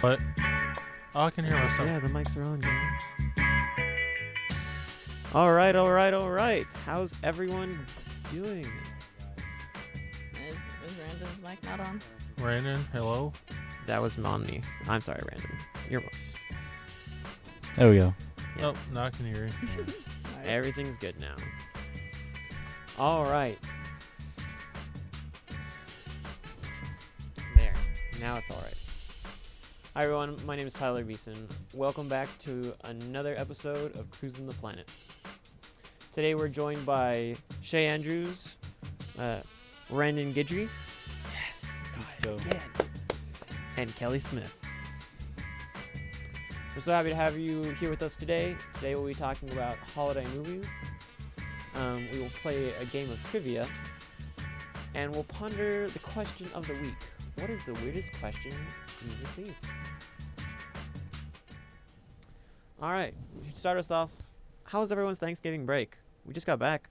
But oh, I can hear myself. Yeah, the mics are on, guys. All right, all right, all right. How's everyone doing? Is, is Randon's mic not on? Brandon, hello. That was on me. I'm sorry, random. You're welcome. There we go. Yeah. Oh, now I can hear you. Nice. Everything's good now. All right. There. Now it's all right. Hi, everyone. My name is Tyler Beeson. Welcome back to another episode of Cruising the Planet. Today we're joined by Shay Andrews, uh, Brandon Guidry, yes, go. and Kelly Smith. We're so happy to have you here with us today. Today we'll be talking about holiday movies. Um, we will play a game of trivia, and we'll ponder the question of the week. What is the weirdest question you received? All right, we should start us off. How was everyone's Thanksgiving break? We just got back.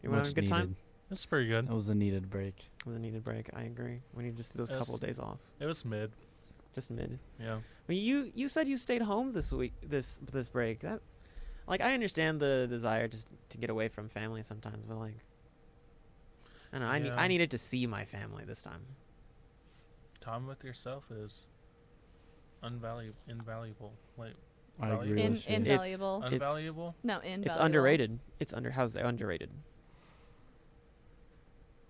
Everyone Much having a good time? needed. That's pretty good. That was a needed break. It was a needed break. I agree. We need just those Yes. couple of days off, It was mid. just mid. Yeah. Well, you you said you stayed home this week this this break. That like I understand the desire just to get away from family sometimes, but like I don't know. I need Yeah. I needed to see my family this time. Time with yourself is unvaluable. Invaluable. Wait, I Oh, Valuable. agree In, with you. It's- invaluable. It's- unvaluable. no, invaluable. It's underrated. It's under how's it underrated?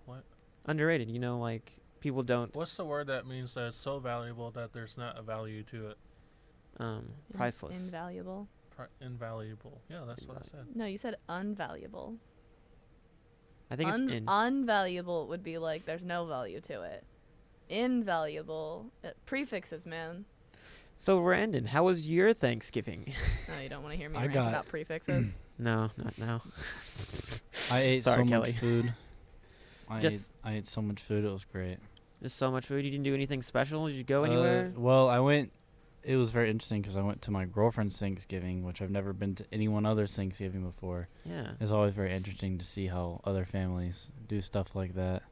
What? Underrated. You know, like people don't What's the word that means that it's so valuable that there's not a value to it? um In- priceless. invaluable. Pri- invaluable. Yeah, that's what I said. No, you said unvaluable. I think Un- it's in. Unvaluable would be like there's no value to it. Invaluable uh, prefixes, man. so Brandon, how was your Thanksgiving? No, you don't want to hear me I rant got- about prefixes. no, not now. I Sorry, ate so Kelly. much food. I Just- ate I ate so much food. It was great. There's so much food. You didn't do anything special. Did you go Uh, anywhere? well, I went. It was very interesting because I went to my girlfriend's Thanksgiving, which I've never been to anyone else's Thanksgiving before. yeah. It's always very interesting to see how other families do stuff like that.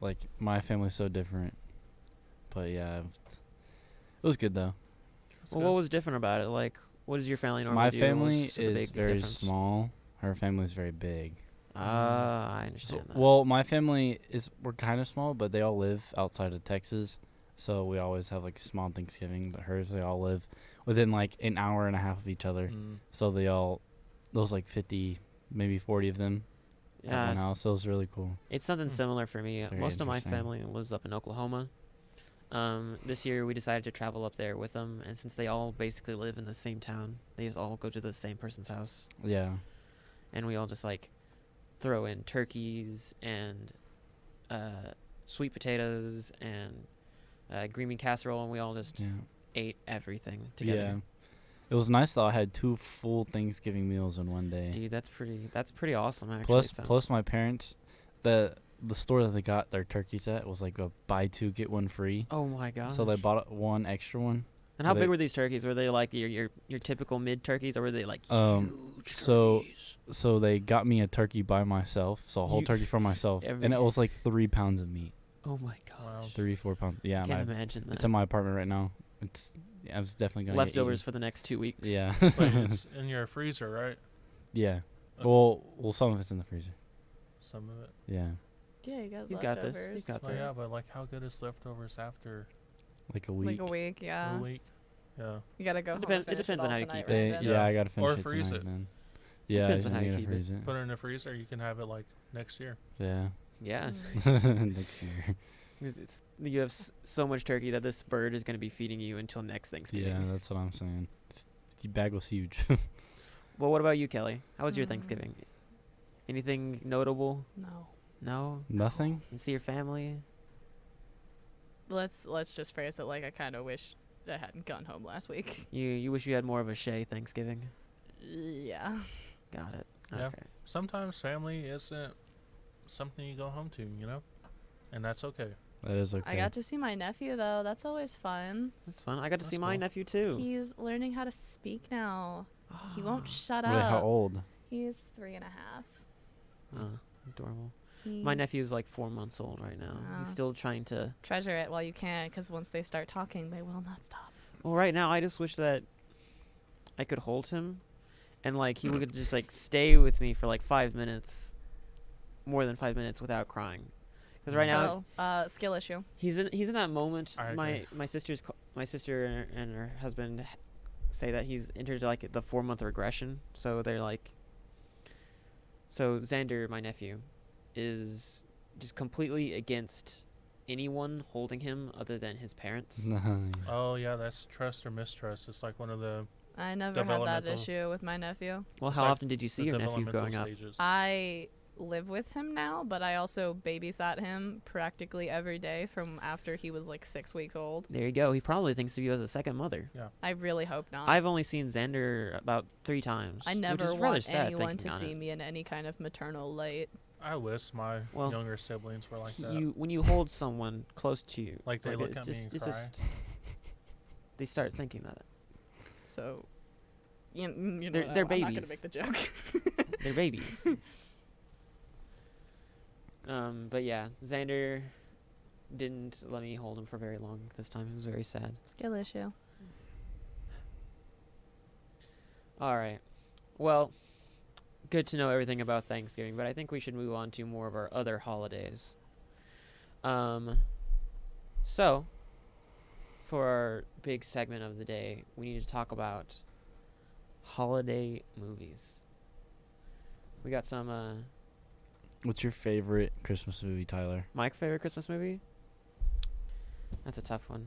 Like my family's so different, but yeah, it's- it was good though. That's Well, good. what was different about it? Like, what does your family normally My do? family What's the is big very difference? small. Her family's very big. Ah, I So, understand that. well, my family is we're kind of small, but they all live outside of Texas, so we always have like a small Thanksgiving. But hers, they all live within like an hour and a half of each other, Mm. so they all those like fifty, maybe forty of them at yeah, one it's, house. So it was really cool. it's something Hmm. similar for me. Very Most of my interesting. family lives up in Oklahoma. Um, this year we decided to travel up there with them, and since they all basically live in the same town, they just all go to the same person's house, Yeah, and we all just like throw in turkeys and uh, sweet potatoes and uh, green bean casserole, and we all just yeah, ate everything together. Hmm. yeah. It was nice though. I had two full Thanksgiving meals in one day. Dude, that's pretty. That's pretty awesome. Actually, plus, it sounds- plus my parents, the the store that they got their turkeys at was like a buy two get one free. Oh my god. So they bought one extra one. And how they- big were these turkeys? Were they like your your, your typical mid turkeys, or were they like Um, huge so- turkeys? so they got me a turkey by myself, so a whole You- turkey for myself, Every- and it was like three pounds of meat, Oh my Wow. gosh. three four pounds. Yeah, I and can't I- imagine it's that. in my apartment right now. It's I was definitely gonna get Leftovers for the next two weeks. eaten. Wait, Yeah, it's in your freezer, right? yeah. Well, well, some of it's in the freezer. Some of it. Yeah, Yeah, you got He's got this. leftovers. He's got Well, this. yeah, but like, how good is leftovers after like a week. Like a week, yeah. Uh. a week? Yeah. You gotta go. It home depends- it and finish depends on it all how you tonight, keep it. They- Brandon. yeah, I gotta finish Or it freeze tonight, it. man. Yeah, Depends on I how you gotta keep it. freeze it. Put it in the freezer. You can have it like next year. Yeah, Yeah. Mm. next year. 'Cause It's, you have s- so much turkey that this bird is going to be feeding you until next Thanksgiving. Yeah, that's what I'm saying. It's, the bag was huge. Well, what about you, Kelly? How was your Mm. Thanksgiving? Anything notable? No. No. Nothing. And see your family. Let's let's just phrase it like I kind of wish I hadn't gone home last week. You you wish you had more of a Shay Thanksgiving. Yeah. Got it. Yeah. Okay. Sometimes family isn't something you go home to, you know, and that's okay. That is okay. I got to see my nephew though. That's always fun. That's fun. I got to That's see my cool. nephew too. He's learning how to speak Ah, now. He won't shut Wait, up. how old? He's three and a half. Uh, Adorable. My Mm. nephew's like four months old right now. He's Aw. still trying to. Treasure it while you can, because once they start talking, they will not stop. Well, right now I just wish that I could hold him, and like he would just like stay with me for like five minutes, more than five minutes without crying. Because right now Oh, uh, skill issue. he's in he's in that moment. I agree. My my sister's ca- my sister and her, and her husband h- say that he's entered like the four month regression. So they're like, so Xander, my nephew, is just completely against anyone holding him other than his parents. Oh yeah, that's trust or mistrust. It's like one of the, I never had that Developmental. issue with my nephew. Well, It's how like often did you see the your nephew developmental growing up? stages. I live with him now, but I also babysat him practically every day from after he was like six weeks old. There you go. He probably thinks of you as a second mother. I really hope not. I've only seen Xander about three times. I which is never rather want sad anyone thinking to on see it. me in any kind of maternal light. I wish my Well, younger siblings were like that. you when you hold someone close to you, Like, they look it's at me and it's cry. they start thinking that So, you, mm, you know, They're- what, I- they're I'm not gonna babies. make the joke. they're babies. um, but yeah, Xander didn't let me hold him for very long this time. It was very sad. Skill issue. All right. Well, good to know everything about Thanksgiving, but I think we should move on to more of our other holidays. Um, so, for our big segment of the day, we need to talk about holiday movies. We got some. Uh, What's your favorite Christmas movie, Tyler? my favorite Christmas movie? That's a tough one.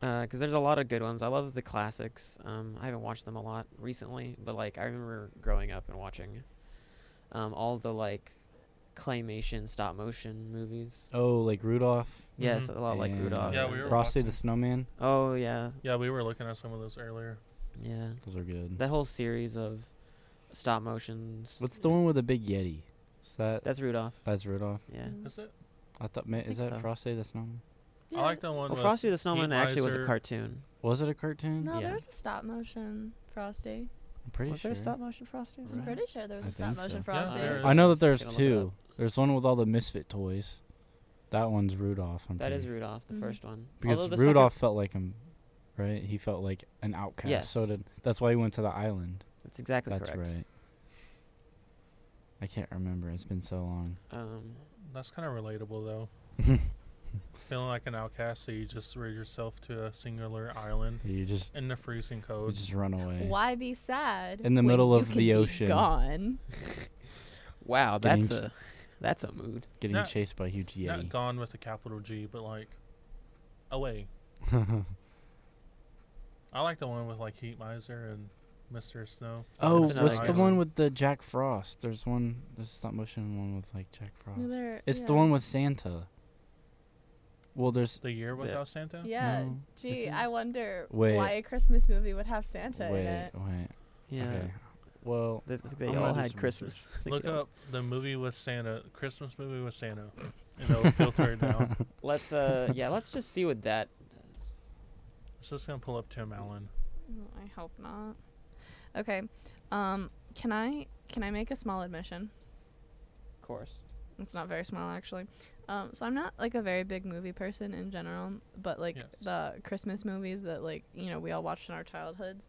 Because there's a lot of good ones. I love the classics. Um, I haven't watched them a lot recently, but like I remember growing up and watching um, all the like claymation stop motion movies. Oh, like Rudolph. Yes, Mhm. a lot like and Rudolph. Yeah, we and- were Frosty the watching- Snowman. Oh yeah, yeah, we were looking at some of those earlier. yeah. Those are good. That whole series of stop motions. What's the one with the big Yeti? Is that That's Rudolph. that's Rudolph? Yeah. Is it? I thought. ma- think is that so. Frosty the Snowman? I like that one. Well, with Frosty the Snowman actually was a Heatmiser. cartoon. Was it a cartoon? No, Yeah. there's a stop motion Frosty. I'm pretty was sure. there stop motion Frosty? I'm Right. pretty sure there was I a stop think motion so. Yeah, Frosty. there I know that Just there's gonna look it two. There's one with all the misfit toys. That one's Rudolph. I'm That pretty is Rudolph, the Mhm. first one. Although Because the second- Rudolph felt like him, right? He felt like an outcast. Yes. So did that's why he went to the island. That's exactly that's correct. right. I can't remember. It's been so long. Um, That's kind of relatable though. Feeling like an outcast, so you just rid yourself to a singular island You just in the freezing you cold. just run away. Why be sad? In the when middle you of can the be ocean. Gone. wow, Getting that's a that's a mood. Getting Not- chased by a huge Not yeti. gone with a capital G, but like away. I like the one with like Heat Miser and Mr. Snow. oh, That's what's another the good one one. with the Jack Frost? There's one. There's a stop motion one with like Jack Frost. No, there- it's yeah. the one with Santa. Well, there's The Year Without Santa? Yeah. No, Gee, isn't- I wonder Wait. why a Christmas movie would have Santa in wait, it. wait. Yeah, Okay. Well, They- they I'm gonna all do had some Christmas. I think Look they all- up the movie with Santa, Christmas movie with Santa, and it'll filter it down. Let's uh, yeah, let's just see what that. does. It's just going to pull up Tim Allen. Mm, I hope not. Okay. Um, can I can I make a small admission? Of course. It's not very small actually. Um, so I'm not like a very big movie person in general, but like Yes. the Christmas movies that like you know we all watched in our childhoods,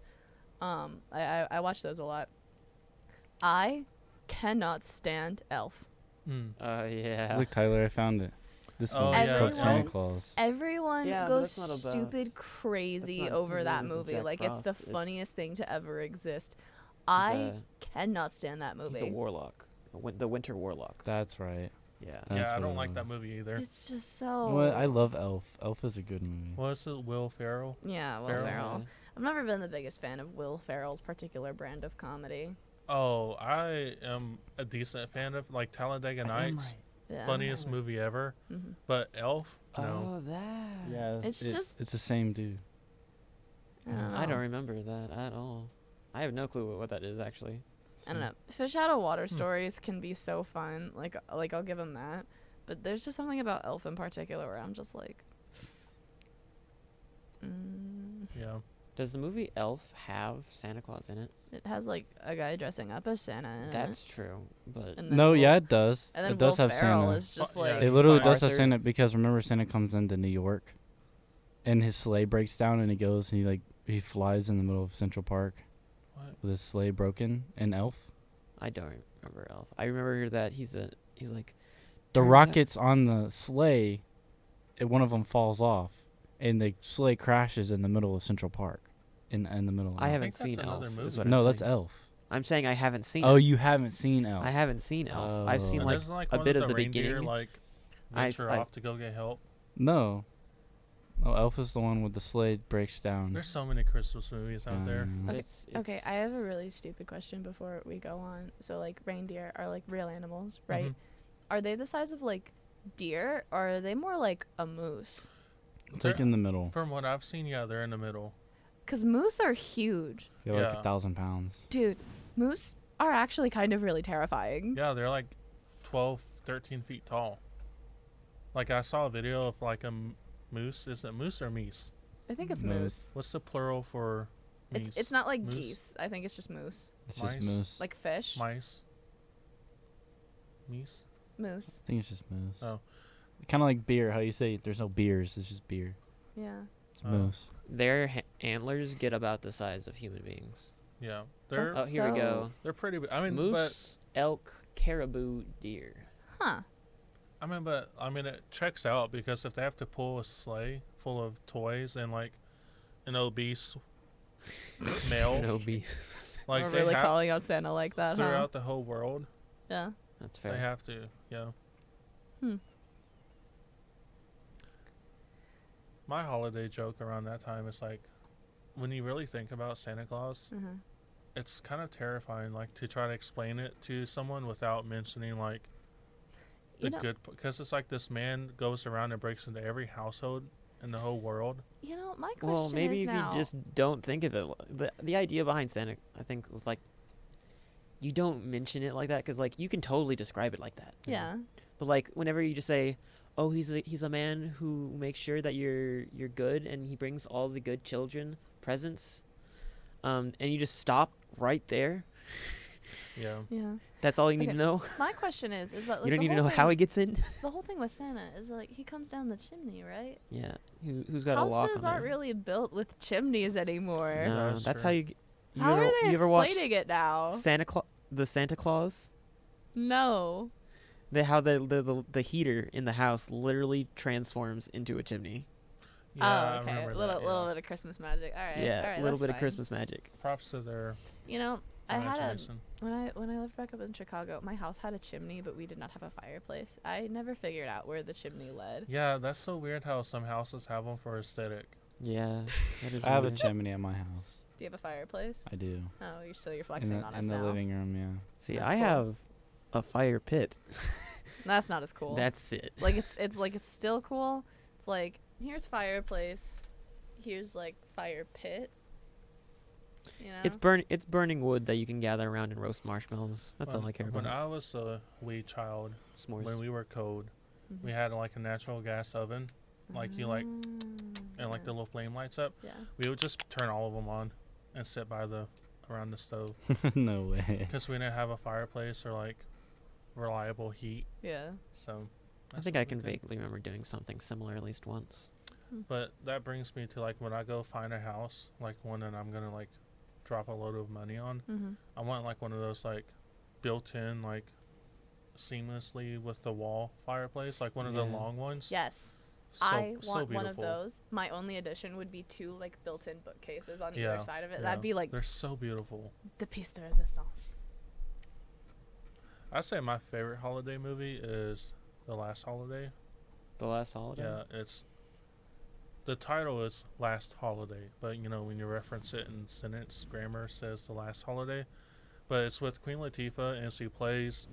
um, I I, I watch those a lot. I cannot stand Elf. Mm. Uh, yeah. Look, Tyler, I found it. This Oh, one is called Santa Everyone- Claus. Everyone Yeah, but goes that's not about- stupid that's crazy not- over his that name isn't movie. Jack Like it's the Frost, it's- funniest thing to ever exist. I cannot stand that he's a movie. warlock, a win- the Winter Warlock. That's right. Yeah. That's Yeah, I what don't it like that was. movie either. It's just so. Well, I love Elf. Elf is a good movie. Was it Will Ferrell? yeah, Will Ferrell. Ferrell. Feral. I've never been the biggest fan of Will Ferrell's particular brand of comedy. Oh, I am a decent fan of like Talladega Nights, Yeah. funniest movie ever. Mhm. But Elf, no. Oh, that. Yeah, It's it- just- it's the same dude. Mm-hmm. I don't know. I don't remember that at all. I have no clue what that is actually. I don't know. Fish out of water Hmm. stories can be so fun. Like, uh, like I'll give them that. But there's just something about Elf in particular where I'm just like, mm, Yeah, Does the movie Elf have Santa Claus in it? It has like a guy dressing up as Santa. Uh-huh. In it. That's true, but And then No, Will- yeah, it does. And then it Will does have Ferrell Santa. is just Oh, yeah. like It literally does have Arthur. Santa because remember Santa comes into New York, and his sleigh breaks down and he goes and he like he flies in the middle of Central Park What? with his sleigh broken. An elf. I don't remember Elf. I remember that he's a he's like The Turns out- rockets on the sleigh, and one of them falls off, and the sleigh crashes in the middle of Central Park, in in the middle. Of I Elf. haven't think that's seen Elf. another movie. Is what No, I'm that's saying. Elf. I'm saying I haven't seen. Oh, it. you haven't seen Elf. I haven't seen Elf. I've Oh. seen And like there's like a one bit of of the reindeer, beginning. Like I- venture I- off to go get help. no. Oh, Elf is the one with the sleigh breaks Mm. down. There's so many Christmas movies out there. Um, Okay, It's- Okay, it's- I have a really stupid question before we go on. So like reindeer are like real animals, right? Mhm. Are they the size of like deer or are they more like a moose? It's They're- like in the middle. From what I've seen, yeah, they're in the middle. Cuz moose are huge. They're like Yeah. a thousand pounds. Dude, moose are actually kind of really terrifying. Yeah, they're like 12, 13 feet tall. Like I saw a video of like a m- moose. Is it moose or meese? I think it's Moose. moose. What's the plural for meese? It's it's not like Moose. geese. I think it's just moose. It's just Mice. moose. Like fish. mice. Meese. moose. I think it's just moose. Oh. Kind of like beer. How you say there's no beers. It's just beer. Yeah. It's Oh. moose. Their ha- antlers get about the size of human beings. Yeah, they're That's- Oh, here we go. So- they're pretty. bi- I mean, but Moose, elk, caribou, deer. Huh. I mean, but I mean, it checks out because if they have to pull a sleigh full of toys and like an obese male, No beast. like We're they really have calling out Santa like that, huh? throughout the whole world, Yeah. That's they fair. have to. Yeah. Hmm. My holiday joke around that time is like, when you really think about Santa Claus, Uh-huh. it's kind of terrifying. Like to try to explain it to someone without mentioning like the You know, good because it's like this man goes around and breaks into every household in the whole world. you know, my question Well, maybe is if now, you just don't think of it. li- The, the idea behind Santa, I think, was like you don't mention it like that because like you can totally describe it like that. Yeah. But like whenever you just say, "Oh, he's a, he's a man who makes sure that you're you're good, and he brings all the good children presents," um, and you just stop right there. Yeah. Yeah. That's all you need Okay. to know. My question is is that like you don't the need to whole know thing- how he gets in. The whole thing with Santa is like he comes down the chimney, right? yeah, who, who's got a lock? Houses on aren't it? really built with chimneys anymore. No, That's that's, how true. you. g- you How ever, are they you ever watched explaining it now? Santa Claus, the Santa Claus, No. the how the, the the the heater in the house literally transforms into a chimney. Yeah, oh, okay. I A remember little, that, little yeah. bit of Christmas magic. All right. yeah, all right, a little that's bit of fine. Christmas magic. Props to their You know, I had a imagination. when I when I lived back up in Chicago, my house had a chimney, but we did not have a fireplace. I never figured out where the chimney led. Yeah, that's so weird how some houses have them for aesthetic. Yeah, that is I have a weird. chimney at my house. Do you have a fireplace? I do. Oh, you're so you're In flexing the, on us in the now. living room, yeah. See, That's I cool. have a fire pit. That's not as cool. That's it. like it's it's like it's still cool. It's like here's fireplace, here's like fire pit. You know. It's burn. It's burning wood that you can gather around and roast marshmallows. That's all When- I care When about. I was a wee child, S'mores. when we were cold, Mhm. we had like a natural gas oven, like you like, Mm, and like the yeah. little flame lights up. yeah. We would just turn all of them on and sit by the around the stove no way. because we didn't have a fireplace or like reliable heat. Yeah. So I that's think what I we can did. vaguely remember doing something similar at least once. But that brings me to like when I go find a house, like one that I'm gonna like drop a load of money on. Mm-hmm. I want like one of those like built in like seamlessly with the wall fireplace, like one of the Yeah. long ones. Yes. So, I so want one of beautiful. those. My only addition would be two like built-in bookcases on Yeah, either side of it. Yeah, That'd be like they're so beautiful. the piece de resistance. I say my favorite holiday movie is The Last Holiday. The last holiday. Yeah, it's the title is Last Holiday, but you know when you reference it in sentence grammar says The Last Holiday, but it's with Queen Latifah and she plays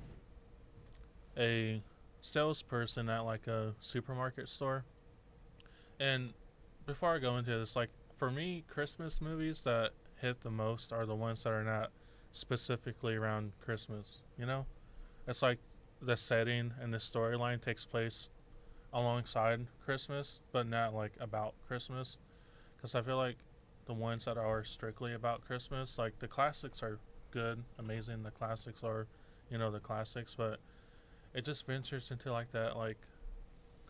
a salesperson at like a supermarket store. And before I go into this, like for me, Christmas movies that hit the most are the ones that are not specifically around Christmas. You know, it's like the setting and the storyline takes place alongside Christmas, but not like about Christmas, because I feel like the ones that are strictly about Christmas. Like the classics are good, amazing. The classics are, you know, the classics, but it just ventures into like that like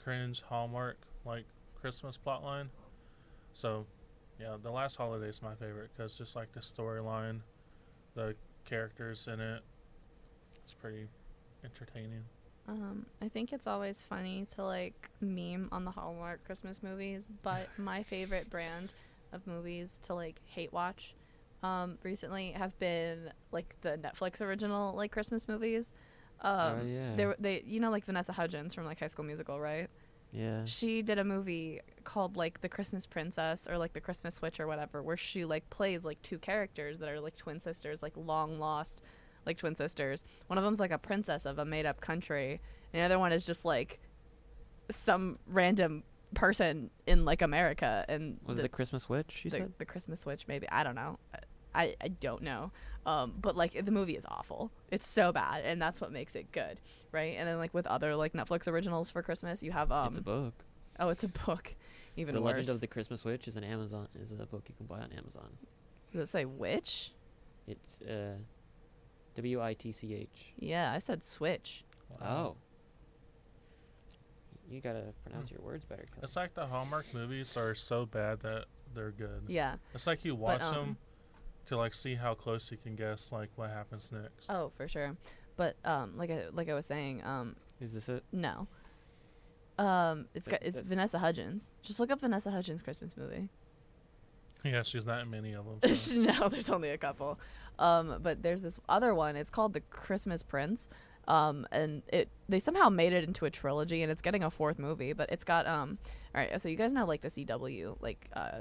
cringe hallmark like Christmas plotline. So, yeah, the last holiday is my favorite because just like the storyline, the characters in it, it's pretty entertaining. Um, I think it's always funny to like meme on the Hallmark Christmas movies, but my favorite brand of movies to like hate watch um, recently have been like the Netflix original like Christmas movies. Um, Oh, yeah. They were- they you know like Vanessa Hudgens from like High School Musical, right? Yeah. She did a movie called like The Christmas Princess or like The Christmas Witch or whatever, where she like plays like two characters that are like twin sisters, like long lost, like twin sisters. One of them's like a princess of a made up country, and the other one is just like some random person in like America. And Was it the Christmas witch? You the, said. the Christmas Witch, maybe. I don't know. I, I don't know. Um, but like the movie is awful. It's so bad, and that's what makes it good, right? And then like with other like Netflix originals for Christmas, you have um it's a book. Oh, it's a book. Even the worse. Legend of the Christmas Witch is an Amazon is a book you can buy on Amazon. Does it say witch? It's uh, W I T C H. Yeah, I said switch. Oh. You gotta Hmm. pronounce your words better. Kelly. It's like the Hallmark movies are so bad that they're Mm. good. Yeah. It's like you watch um, them to like see how close you can guess like what happens next. Oh, for sure. But um, like I like I was saying, um, Is this it? no. Um, it's But got it's that- Vanessa Hudgens. Just look up Vanessa Hudgens Christmas movie. Yeah, she's not in many of them. So. no, there's only a couple. Um, but there's this other one. It's called The Christmas Prince. Um, and it they somehow made it into a trilogy, and it's getting a fourth movie. But it's got um, all right. So you guys know like the CW like uh,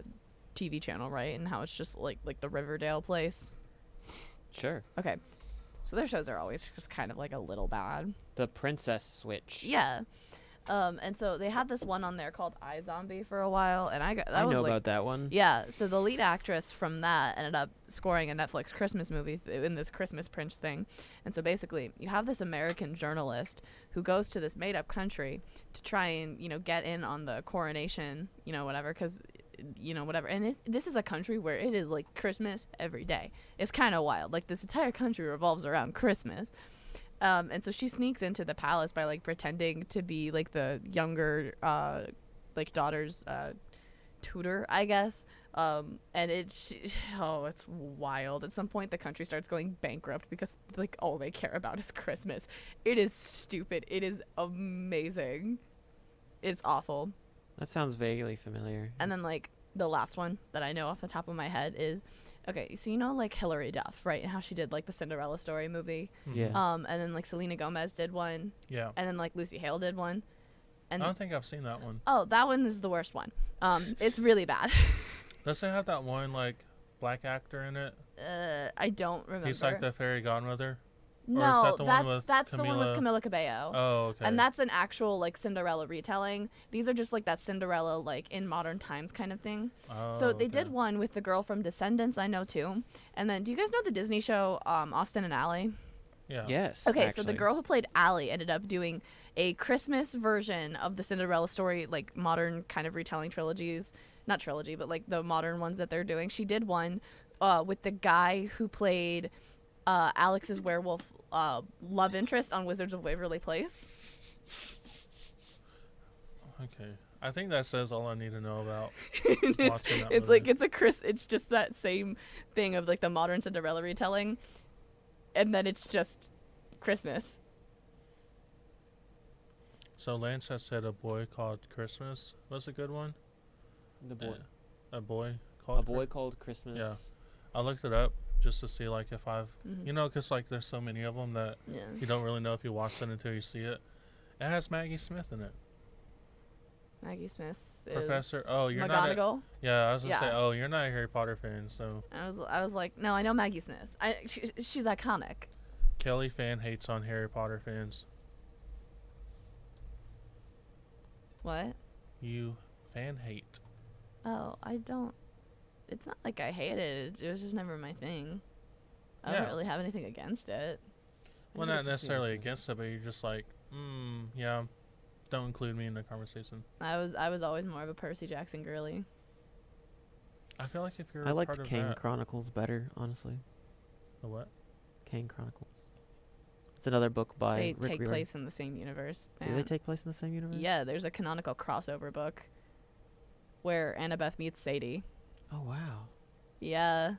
TV channel, right? And how it's just like like the Riverdale place. Sure. Okay, so their shows are always just kind of like a little bad. The Princess Switch. Yeah. Um, and so they had this one on there called I Zombie for a while, and I got that I was know like about that one. yeah, so the lead actress from that ended up scoring a Netflix Christmas movie th- in this Christmas Prince thing. And so basically, you have this American journalist who goes to this made up country to try and, you know, get in on the coronation, you know, whatever, because, you know, whatever. And it, this is a country where it is like Christmas every day. It's kind of wild. Like, this entire country revolves around Christmas. Um, and so she sneaks into the palace by like pretending to be like the younger, uh, like daughter's uh, tutor, I guess. Um, and it's oh, it's wild. At some point, the country starts going bankrupt because like all they care about is Christmas. It is stupid. It is amazing. It's awful. That sounds vaguely familiar. And then It's- like the last one that I know off the top of my head is okay. So you know like Hilary Duff, right? And how she did like the Cinderella story movie. Yeah. Um, and then like Selena Gomez did one, hmm. Yeah. and then like Lucy Hale did one. And I don't think I've seen that one. oh, that one is the worst one. Um, it's really bad. Does it have that one like black actor in it? Uh, I don't remember. He's like the fairy godmother. No, Or is that the one that's with that's the one with Camila- Camila Cabello. Oh, okay. And that's an actual like Cinderella retelling. These are just like that Cinderella like in modern times kind of thing. Oh, so they did okay. one with the girl from Descendants, I know too. And then do you guys know the Disney show um, Austin and Ally? Yeah. Yes. Okay, so the actually. girl who played Ally ended up doing a Christmas version of the Cinderella story, like modern kind of retelling trilogies, not trilogy, but like the modern ones that they're doing. She did one uh, with the guy who played uh, Alex's werewolf uh, love interest on Wizards of Waverly Place. Okay. I think that says all I need to know about it's watching that it's like movie. it's a Chris. It's just that same thing of like the modern Cinderella retelling, and then it's just Christmas. So Lance has said a boy called Christmas was a good one. The boy. Uh, A boy called. a boy Chris- called Christmas. Yeah. I looked it up just to see like if I've Mhm. you know because like there's so many of them that Yeah. you don't really know if you watched it until you see it. It has Maggie Smith in it. Maggie Smith. Is Professor- oh, you're not a- McGonagall. Yeah, I was gonna say, Yeah. oh, you're not a Harry Potter fan, so I was I was like, no, I know Maggie Smith. I she, she's iconic. Kelly fan hates on Harry Potter fans. What? You fan hate. Oh, I don't. It's not like I hate it. It was just never my thing. I don't Yeah. really have anything against it. Well, never not did see necessarily this one. against it, but you're just like, mm, yeah, don't include me in the conversation. I was I was always more of a Percy Jackson girly. I feel like if you're I a liked part of Kang that, Chronicles better, honestly. the what? Kang Chronicles. It's another book by they Rick take Riordan. place in the same universe. Do they man. take place in the same universe? Yeah, there's a canonical crossover book where Annabeth meets Sadie. Oh wow, Yeah, Oh.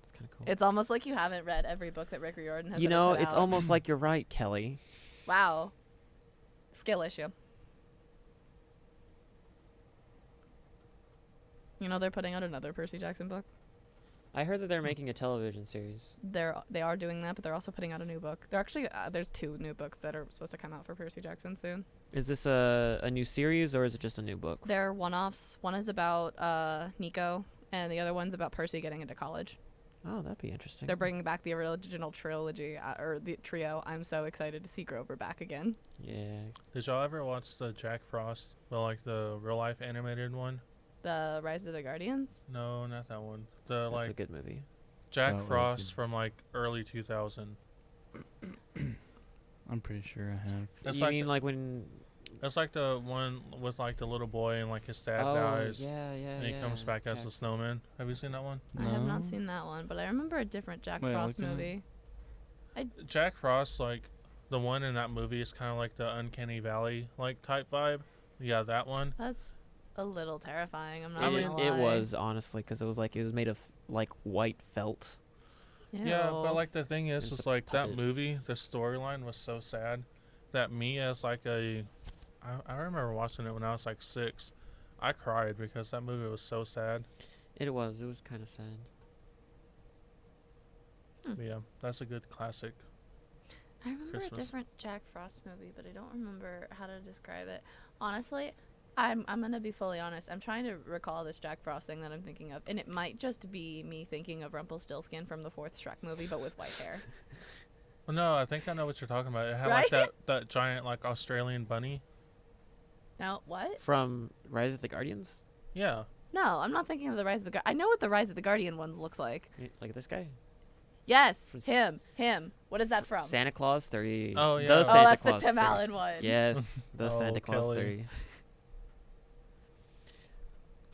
that's kind of cool. it's almost like you haven't read every book that Rick Riordan has. you ever know, put it's out. almost like you're right, Kelly. wow, skill issue. You know they're putting out another Percy Jackson book. I heard that they're making a television series. They're they are doing that, but they're also putting out a new book. They're actually uh, there's two new books that are supposed to come out for Percy Jackson soon. Is this a a new series or is it just a new book? They're one offs. One is about uh, Nico, and the other one's about Percy getting into college. Oh, that'd be interesting. They're bringing back the original trilogy, uh, or the trio. I'm so excited to see Grover back again. Yeah. Did y'all ever watch the Jack Frost, but like the real life animated one? The Rise of the Guardians? No, not that one. The That's a like good movie. Jack That was Frost good. from like early 2000. I'm pretty sure I have. That's you like mean the- like when? That's like the one with like the little boy and like his dad oh, dies, yeah, yeah. and he comes yeah, back as Jack- the snowman. Have you seen that one? I have not No. seen that one, but I remember a different Jack Wait, Frost look it up. movie. Jack Frost, like the one in that movie, is kind of like the Uncanny Valley like type vibe. Yeah, that one. That's a little terrifying. I'm It, not gonna lie. it was honestly because it was like it was made of like white felt. Yeah, Ew. but like the thing is, It's is a like that puppet. movie, the storyline was so sad that me as like a, I, I remember watching it when I was like six. I cried because that movie was so sad. It was. It was kind of sad. Hmm. But yeah, that's a good classic. I remember Christmas. a different Jack Frost movie, but I don't remember how to describe it. Honestly, I'm I'm gonna be fully honest. I'm trying to recall this Jack Frost thing that I'm thinking of, and it might just be me thinking of Rumpelstiltskin from the fourth Shrek movie, but with white hair. Well, no, I think I know what you're talking about. It had like Right? that that giant like Australian bunny. now what? From Rise of the Guardians, Yeah. No, I'm not thinking of the Rise of the. Gu- I know what the Rise of the Guardian ones looks like. Y- like this guy. Yes, From s- him, him. What is that from? Santa Claus Three. Oh, yeah. The Oh, oh, Santa that's Claus the Tim 3. Allen one. Yes, the Oh, Santa Claus Kelly. Three.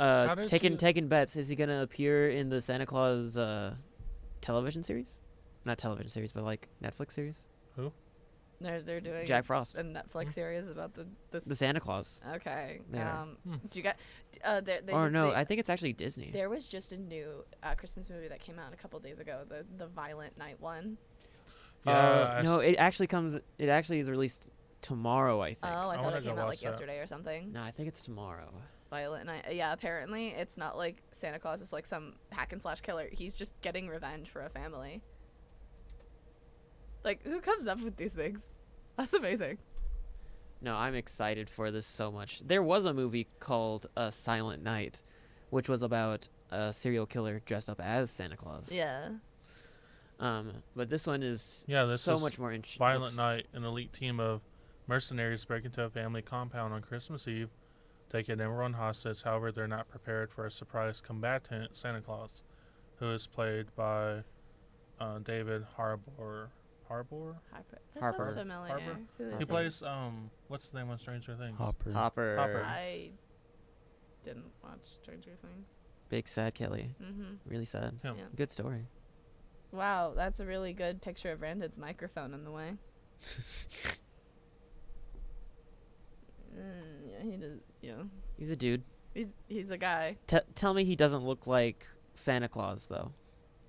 How Uh, did taking you- taking bets. Is he gonna appear in the Santa Claus uh, television series? Not television series, but like Netflix series. They're they're doing Jack Frost, a Netflix series about the the. the Santa Claus. okay. Yeah. Um, Hmm. did you got? Uh, they, they Or just, no, they- I think it's actually Disney. There was just a new uh, Christmas movie that came out a couple days ago, the the Violent Night one. Yeah. uh, I no, s- it actually comes. It actually is released tomorrow. I think. Oh, I, I thought wanna it go came out like watch that. yesterday or something. No, I think it's tomorrow. Violent Night. uh, Yeah, apparently it's not like Santa Claus is like some hack and slash killer. He's just getting revenge for a family. Like who comes up with these things? That's amazing. No, I'm excited for this so much. There was a movie called A Silent Night, which was about a serial killer dressed up as Santa Claus. Yeah. Um, but this one is Yeah, this so is much more interesting. Violent Night, an elite team of mercenaries break into a family compound on Christmas Eve, taking everyone hostage. However, they're not prepared for a surprise combatant, Santa Claus, who is played by uh, David Harbour. Harbour? Harper. That sounds Harper. familiar. Harper? He Who is he? Harper. plays um, what's the name on Stranger Things? Hopper. Hopper. Hopper. I didn't watch Stranger Things. Big sad Kelly. Mm-hmm. Really sad. Him. Yeah. Good story. Wow, that's a really good picture of Randon's microphone in the way. Mm, yeah, he does. Yeah, He's a dude. he's he's a guy. T- tell me he doesn't look like Santa Claus though.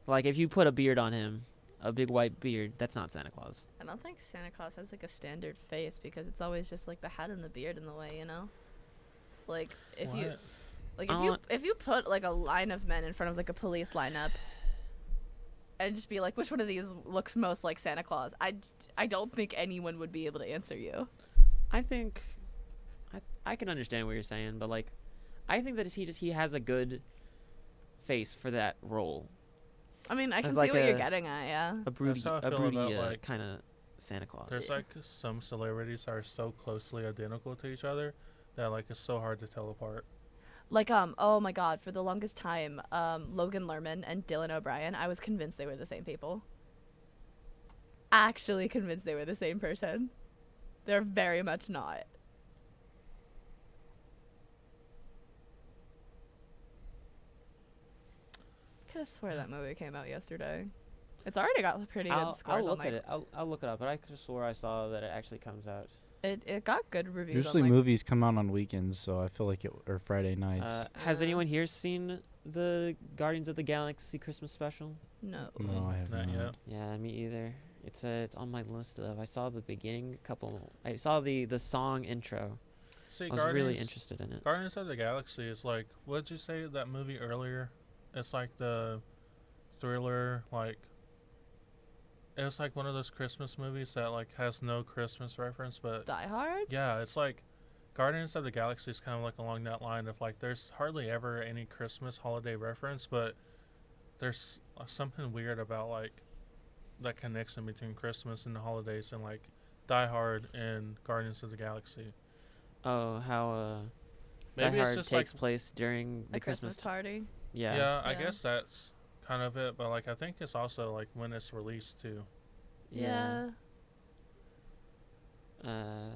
Like if you put a beard on him, a big white beard, that's not Santa Claus. I don't think Santa Claus has like a standard face because it's always just like the hat and the beard in the way, you know. Like if you What? like if I you want- if you put like a line of men in front of like a police lineup, and just be like, which one of these looks most like Santa Claus? I d- I don't think anyone would be able to answer you. I think I I can understand what you're saying, but like I think that he just he has a good face for that role. I mean, I There's can like see what you're a- getting at, yeah. A broody, how I a feel broody about, uh, like- kind of Santa Claus. There's Yeah. like some celebrities that are so closely identical to each other that like it's so hard to tell apart. Like um, oh my God, for the longest time, um, Logan Lerman and Dylan O'Brien, I was convinced they were the same people. Actually, convinced they were the same person. They're very much not. Could have swear that movie came out yesterday. It's already got pretty I'll, good scores I'll look on like at it. I'll, I'll look it up, but I could have swore I saw that it actually comes out. it. It got good reviews. Usually on, like, movies come out on weekends, so I feel like it or Friday nights. Uh, has Yeah. anyone here seen the Guardians of the Galaxy Christmas special? No. no, I have Not not. yet. Yeah, me either. It's uh, it's on my list of. I saw the beginning couple. I saw the the song intro. See, I was Guardians, really interested in it. Guardians of the Galaxy is like, what did you say that movie earlier? It's like the thriller, like. It's like one of those Christmas movies that like has no Christmas reference, but Die Hard. Yeah, it's like Guardians of the Galaxy is kind of like along that line of like there's hardly ever any Christmas holiday reference, but there's something weird about like that connection between Christmas and the holidays and like Die Hard and Guardians of the Galaxy. Oh, how uh, Maybe Die it's Hard just like takes place during A the Christmas Christmas time. Party. yeah, Yeah. I Yeah. guess that's kind of it, but like I think it's also like when it's released too. Yeah. Uh,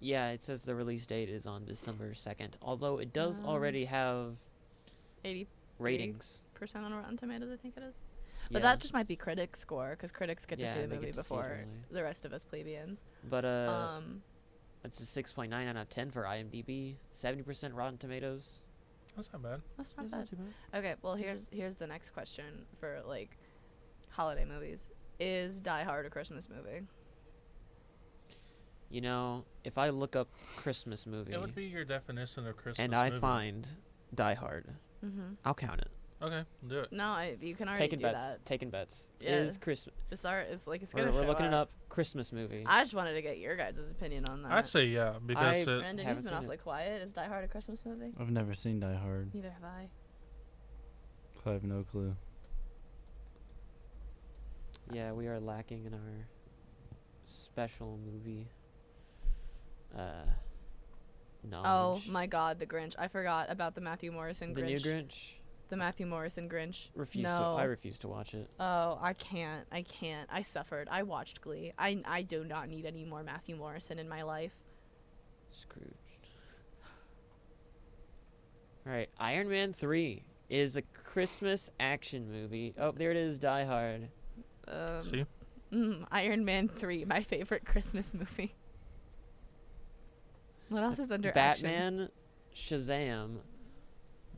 yeah, it says the release date is on December 2nd, although it does Um, already have Eighty ratings. percent on Rotten Tomatoes, I think it is. yeah. But that just might be critic score because critics get to see Yeah, the they get to movie see it before early. the rest of us plebeians. But uh, um, it's a 6.9 out of 10 for IMDb, 70% Rotten Tomatoes. That's not bad. that's not That's bad. too bad. Okay, well here's here's the next question for like holiday movies. Is Die Hard a Christmas movie? You know, if I look up Christmas movie It would be your definition of Christmas. and I movie. find Die Hard, Mm-hmm. I'll count it. okay, do it. No, I, you can already Taking do bets. that. Taking bets. Yeah. Is Christmas? It's our, it's like it's We're, gonna we're show looking it up. Christmas movie. I just wanted to get your guys' opinion on that. I'd say yeah I- because it, Brandon, Haven't you've been seen awfully quiet. Is Die Hard a Christmas movie? I've never seen Die Hard. Neither have I. I have no clue. Yeah, we are lacking in our special movie. Uh, Oh knowledge. my God, the Grinch! I forgot about the Matthew Morrison the Grinch. new Grinch. The Matthew Morrison Grinch. Refuse to. No. I refuse to watch it. Oh, I can't. I can't. I suffered. I watched Glee. I I do not need any more Matthew Morrison in my life. Scrooged. All right, Iron Man three is a Christmas action movie. Oh, there it is. Die Hard. Um, see Mm, Iron Man three, my favorite Christmas movie. What else is under action? Batman, Shazam,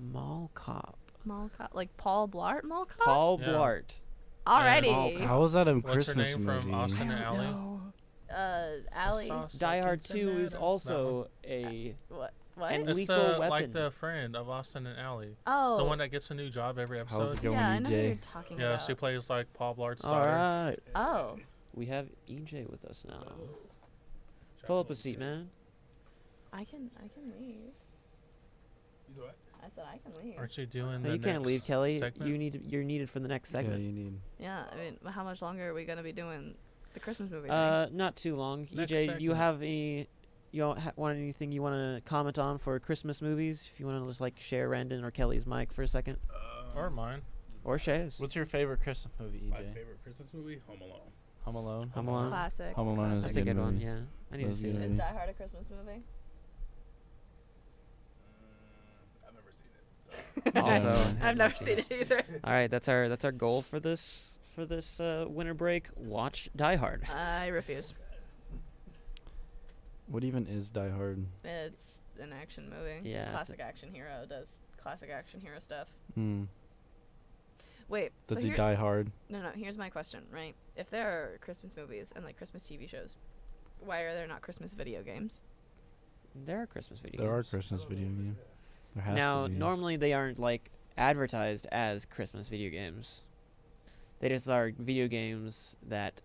Mall Cop, Mall cop, like Paul Blart Mall cop. Paul Yeah. Blart. Mall Alrighty. Cop. How was that a What's her Christmas name movie? from Austin? I An don't alley? know. Uh, Alley. Die Hard two is That one. also a What? What? And- It's Lethal the, Weapon. like the friend of Austin and Allie, oh. the one that gets a new job every How's it episode. Go yeah, on, I E know who EJ. you're talking Yeah, about. she plays like Paul Blart's All daughter. right. oh. We have EJ with us now. Pull up a seat, man. I can I can leave. He's what? I said I can leave. Aren't you doing? No, the you can't leave, next Kelly. Segment? You need you're needed for the next Yeah, segment. you need. Yeah, I mean, how much longer are we gonna be doing the Christmas movie? thing? uh, not too long. Next EJ, you segment. have any? You don't ha- want anything you want to comment on for Christmas movies? If you want to just like share Randon or Kelly's mic for a second, Or mine. or Shay's. What's your favorite Christmas movie, My EJ? favorite Christmas movie, Home Alone. Home Alone. Home Alone. Classic. Home Alone is classic. That's a good good one. movie. Yeah, I need Love to see you, that. Is movie. Die Hard a Christmas movie? Mm, I've never seen it. so- Also, Yeah. haven't I've never watched seen it either. All right, that's our that's our goal for this for this uh, winter break. Watch Die Hard. I refuse. What even is Die Hard? It's an action movie. Yeah, it's a- Classic action hero does classic action hero stuff. Hmm. Wait. Does so he here- die hard? No, no. Here's my question. Right. If there are Christmas movies and like Christmas TV shows, why are there not Christmas video games? There are Christmas videos. There are Christmas video games. There has now to be. normally they aren't like advertised as christmas video games they just are video games that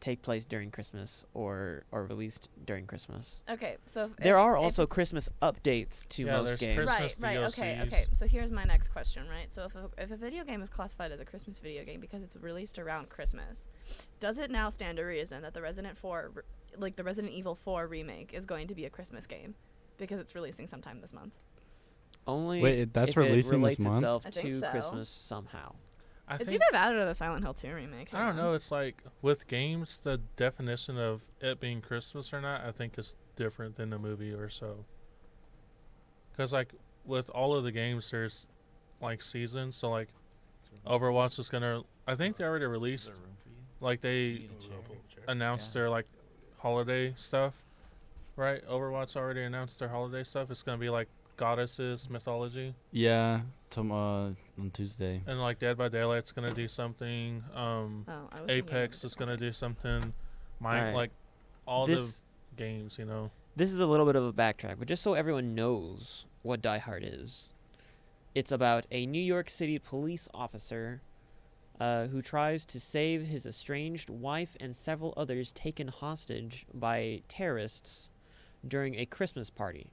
take place during christmas or are released during christmas Okay. So if, there if- are if also it's- christmas updates to Yeah, most there's games Christmas Right, right, okay, okay. DLCs. So here's my next question, right? So if a, if a video game is classified as a Christmas video game because it's released around Christmas, does it now stand to reason that the Resident 4, re- like the Resident Evil 4 remake, is going to be a Christmas game because it's releasing sometime this month? only Wait, it- that's if releasing this it relates month? itself I to think so. christmas somehow I it's think. either that or the Silent Hill 2 remake. I don't know. It's like with games, the definition of it being Christmas or not, I think is different than a movie or so. Because like with all of the games, there's like seasons. So like Overwatch is gonna. I think they already Is released. there room for you? Like You they need a Ooh, chair? I'll pull up a chair. announced Yeah. their like holiday stuff, right? Overwatch already announced their holiday stuff. It's gonna be like goddesses mythology, Yeah, tomorrow on Tuesday. and like Dead by Daylight's gonna do something. Um, Oh, I was thinking of a Apex is different gonna one. do something. Mine Alright. like all this the games, you know. this is a little bit of a backtrack, but just so everyone knows what Die Hard is, it's about a New York City police officer uh, who tries to save his estranged wife and several others taken hostage by terrorists during a Christmas party.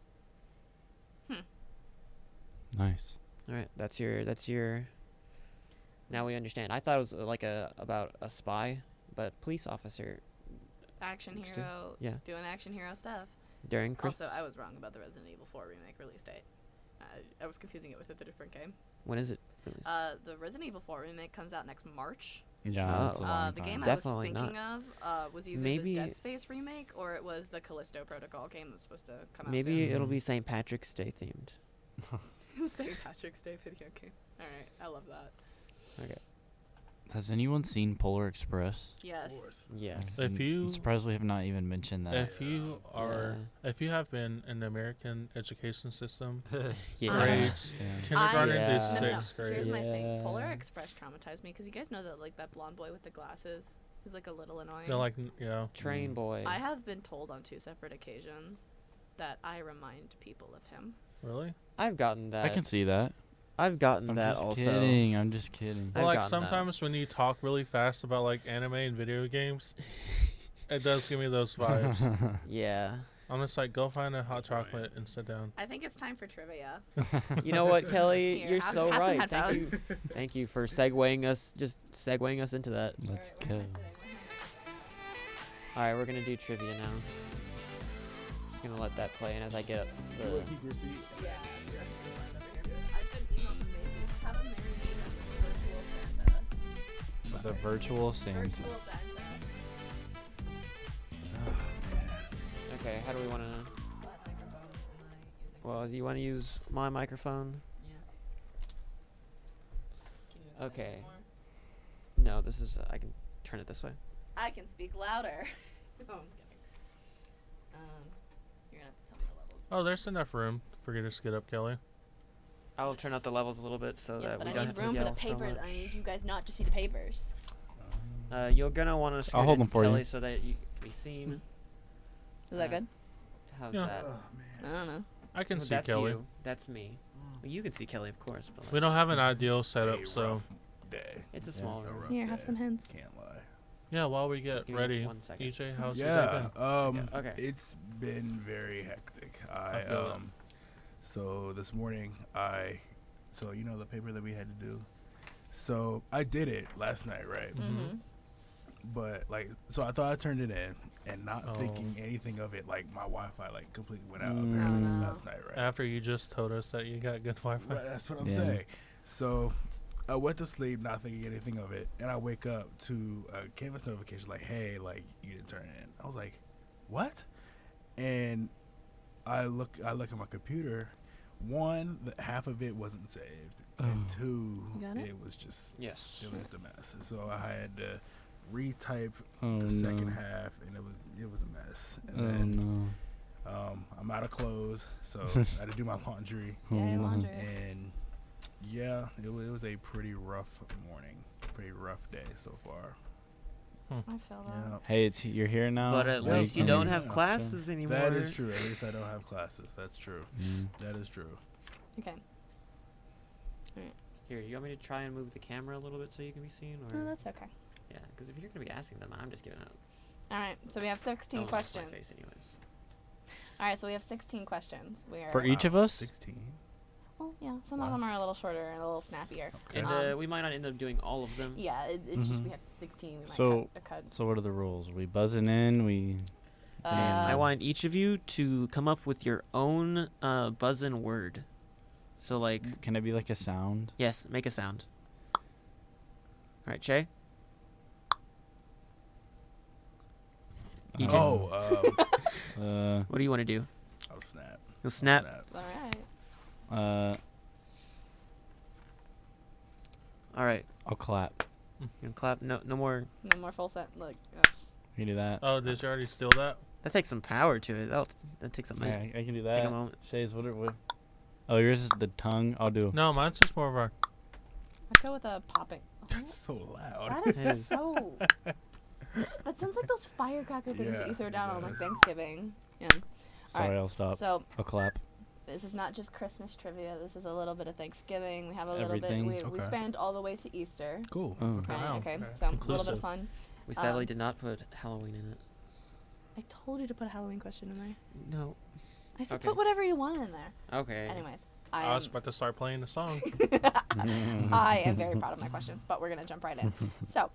Nice. All right, that's your that's your. Now we understand. I thought it was uh, like a about a spy, but police officer action Next day. hero. Yeah. doing action hero stuff. during Christmas. Also, I was wrong about the Resident Evil 4 remake release date. I, I was confusing it with a different game. when is it? released? Uh, the Resident Evil 4 remake comes out next March. Yeah, Oh. that's a long Uh, the time. game I was Definitely thinking of uh, was either Maybe- the Dead Space remake or it was the Callisto Protocol game that's supposed to come out Maybe it'll Mm. be St. Patrick's Day themed. soon. St. Patrick's Day video game. All right, I love that. Has anyone seen Polar Express? Of Yes. course. Yes. If you- I'm surprised we have not even mentioned that. If you are, if you have been in the American education system, Yeah. Ah. grades Yeah. kindergarten to Yeah. No, No, no, no. sixth grade. Here's my thing. Polar Yeah. Express traumatized me because you guys know that like that blonde boy with the glasses is like a little annoying. They're like, n- yeah, Train boy. I have been told on two separate occasions that I remind people of him. really? I've gotten that. I can see that. I've gotten I'm that just also. kidding. I'm just kidding. I've Well, like gotten that. sometimes when you talk really fast about like anime and video games, it does give me those vibes. Yeah. I'm just like, go find a hot Right. chocolate and sit down. I think it's time for trivia. You know what, Kelly? Here, You're have- so have some right. Thank you. headphones. Thank you for segueing us. Just segueing us into that. Let's All right, go. where am I sitting? Where am I sitting? All right, we're gonna do trivia now. Just gonna let that play, and as I get up You the. wanna keep your seat? Yeah. I've been emailed from Macy's. Have a Merry Meet at The virtual the Santa. virtual Santa. Virtual Santa. Okay, how do we wanna? What microphone am I using? Well, do you wanna use my microphone? Yeah. Can you explain it Okay. more? No, this is. I can turn it this way. I can speak louder. no, I'm kidding. Um, you're gonna have to tell me the levels. Oh, there's enough room for you to just get up, Kelly. I'll turn up the levels a little bit so yes, that but we I don't need have to room for the yell so papers. I much. need you guys not to see the papers. Uh, you're gonna want to. I'll hold them for you. Kelly so that you can be seen. Is that Yeah. good? How's Yeah. that? Oh, man. I don't know. I can Well, see that's Kelly. you. That's me. Mm. Well, you can see Kelly, of course. But We don't let's- have an ideal A setup, so rough day. It's a Yeah. small A room. rough Here, have day. some hints. Can't lie. yeah. While we get Give me ready, one second. EJ, how's your day yeah. been? Um, Yeah, okay. It's been very hectic. I I, feel it. um, so this morning I, so you know the paper that we had to do. So I did it last night, right? Mm-hmm. Mm-hmm. Mhm. But like, so I thought I turned it in, and not Oh. thinking anything of it, like my Wi-Fi like completely went out Mm. apparently Oh, no. last night, right? After you just told us that you got good Wi-Fi. Right, that's what I'm Yeah. saying. So I went to sleep not thinking anything of it, and I wake up to a canvas notification like, "Hey, like you didn't turn it in." I was like, "What?" And I look, I look at my computer. One, the, half of it wasn't saved, and Oh. two, You got it? was just Yes. it was a mess. So I had to retype Oh the second no. half, and it was it was a mess. And Oh then no. um, I'm out of clothes, so I had to do my laundry. Oh, Yay, no. laundry. And yeah, it, wa- it was a pretty rough morning, pretty rough day so far. I feel Yeah. Hey, it's, you're here now. um, But at Now least you can- don't Yeah. have Yeah. classes anymore. That is true. At least I don't have classes. That's true. Mm. That is true. Okay. Here, you want me to try and move the camera a little bit so you can be seen? Or? No, that's okay. Yeah, because if you're gonna be asking them, I'm just giving up. All right. So we have No 16 one likes my questions. face anyways. All right. So we have 16 questions. We are. For each of us? Sixteen. Well, yeah. Some Wow. of them are a little shorter and a little snappier. Okay. And Um, uh, we might not end up doing all of them. Yeah. It, it's just Mhm. we have 16. We might So- cut, a cut. So what are the rules? Are we buzzing in? We Uh, mean, I Um, want each of you to come up with your own uh, buzzin' word. So like, can it be like a sound? yes, make a sound. All right, Shay. Uh, Oh, um, Uh, What do you want to do? I'll snap. I'll You'll snap. All right. uh, All right. I'll clap. You gonna clap? No, no more. No more full sentence. Like, uh, You can do that. Oh, did you already steal that? That takes some power to it. That'll, that takes a yeah, minute. I- I can do Take a that. moment. Shays, what are what? Oh, yours is the tongue. I'll do. No, mine's just more of a. I'd go with a popping. Oh, That's so loud. That is Yes. so. That sounds like those firecracker things that Yeah, you throw it down on like does. Thanksgiving. Yeah. Sorry, right. I'll stop. So I'll clap. this is not just Christmas trivia. This is a little bit of Thanksgiving. We have a little Everything. bit. We, we Okay. spanned all the way to Easter. Cool. Mm-hmm. Oh. Right? Wow, Okay. okay. So a little bit Inclusive. of fun. We sadly Um, did not put Halloween in it. I told you to put a Halloween question in there. No. I said Okay. put whatever you want in there. Okay. Anyways, I, I was am- about to start playing the song. I am very proud of my questions, but we're gonna jump right in. So,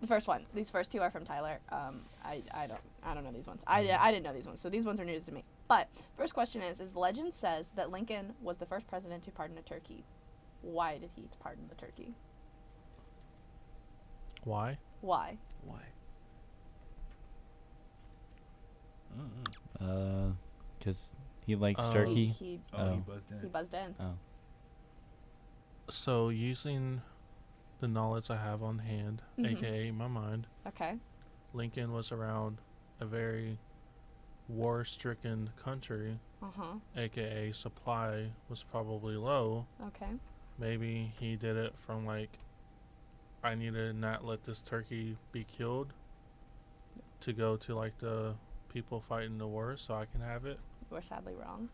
the first one, these first two are from Tyler. Um, I, I don't I don't know these ones. I, Mm-hmm. I didn't know these ones, so these ones are news to me. But first question is: Is legend says that Lincoln was the first president to pardon a turkey? Why did he pardon the turkey? Why? Why? Why? Mm-mm. Uh, cause he likes Oh. Um, He, turkey. he Oh, Oh. you buzzed he in. buzzed in. So, using the knowledge I have on hand, Mhm. Mm-hmm. aka my mind, Okay. Lincoln was around a very war stricken country, Uh huh. aka supply was probably low. Okay. Maybe he did it from like, I need to not let this turkey be killed to go to like the people fighting the war so I can have it. We're sadly wrong.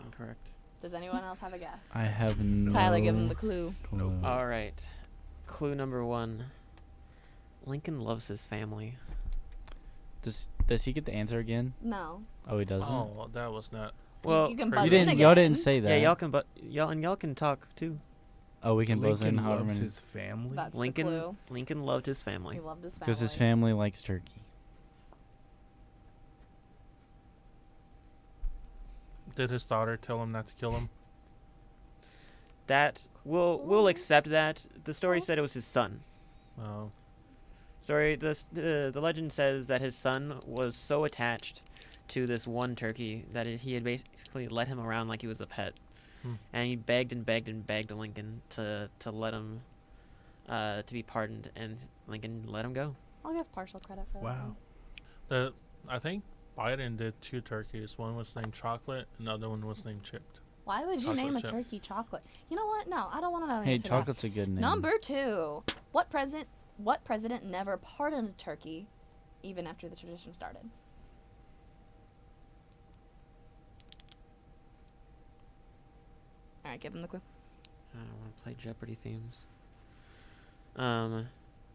Incorrect. Does anyone else have a guess? I have no. Tyler, give him the clue. clue. Nope. All right. Clue number one. Lincoln loves his family. Does Does he get the answer again? No. Oh, he doesn't. Oh, that was not. Well, you can you buzz you doesn't in didn't. Y'all again. didn't say that. yeah, y'all can, but y'all and y'all can talk too. Oh, we can buzz in Lincoln however loves many. his family. That's Lincoln. the clue. Lincoln loved his He family. loved his family. Because his family likes turkey. Did his daughter tell him not to kill him? That we'll we'll accept that. The story said it was his son. Oh, Sorry, the s- the, the legend says that his son was so attached to this one turkey that it, he had basically let him around like he was a pet, Hmm. and he begged and begged and begged Lincoln to to let him uh, to be pardoned, and Lincoln let him go. I'll give partial credit for that. Wow. one. the I think Biden did two turkeys. One was named Chocolate, another one was named Chipped. Why would you Chocolate name a chip. turkey chocolate? You know what? No, I don't want to know. the Hey, answer to that. chocolate's a good name. Number two. What president? What president never pardoned a turkey, even after the tradition started? All right, give him the clue. I don't want to play Jeopardy themes. Um,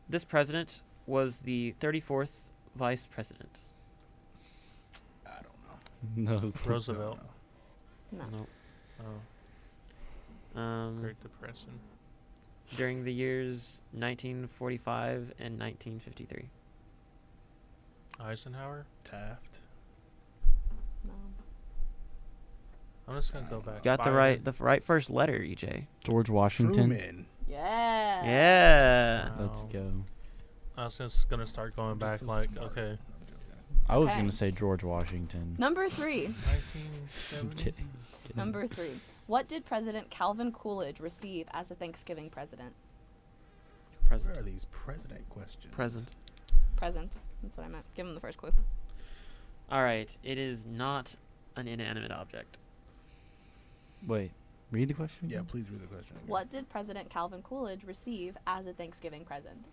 this president was the thirty fourth vice president. I don't know. No. Roosevelt. Don't know. No. Oh, Um, Great Depression. during the years 1945 and 1953. Eisenhower. Taft. No. I'm just gonna go back. Got the Biden. right the f- right first letter, E EJ. George Washington. Truman. Yeah. Yeah. Let's Oh. go. I was just gonna start going I'm back. just so like, smart. okay, I'm joking. I was Okay. gonna say George Washington. Number three. 1970. Kidding. Number three. What did President Calvin Coolidge receive as a Thanksgiving president? Uh, Present. Where are these president questions? Present. Present. That's what I meant. Give him the first clue. All right. It is not an inanimate object. Wait, read the question. Yeah, again? please read the question. again. What did President Calvin Coolidge receive as a Thanksgiving present?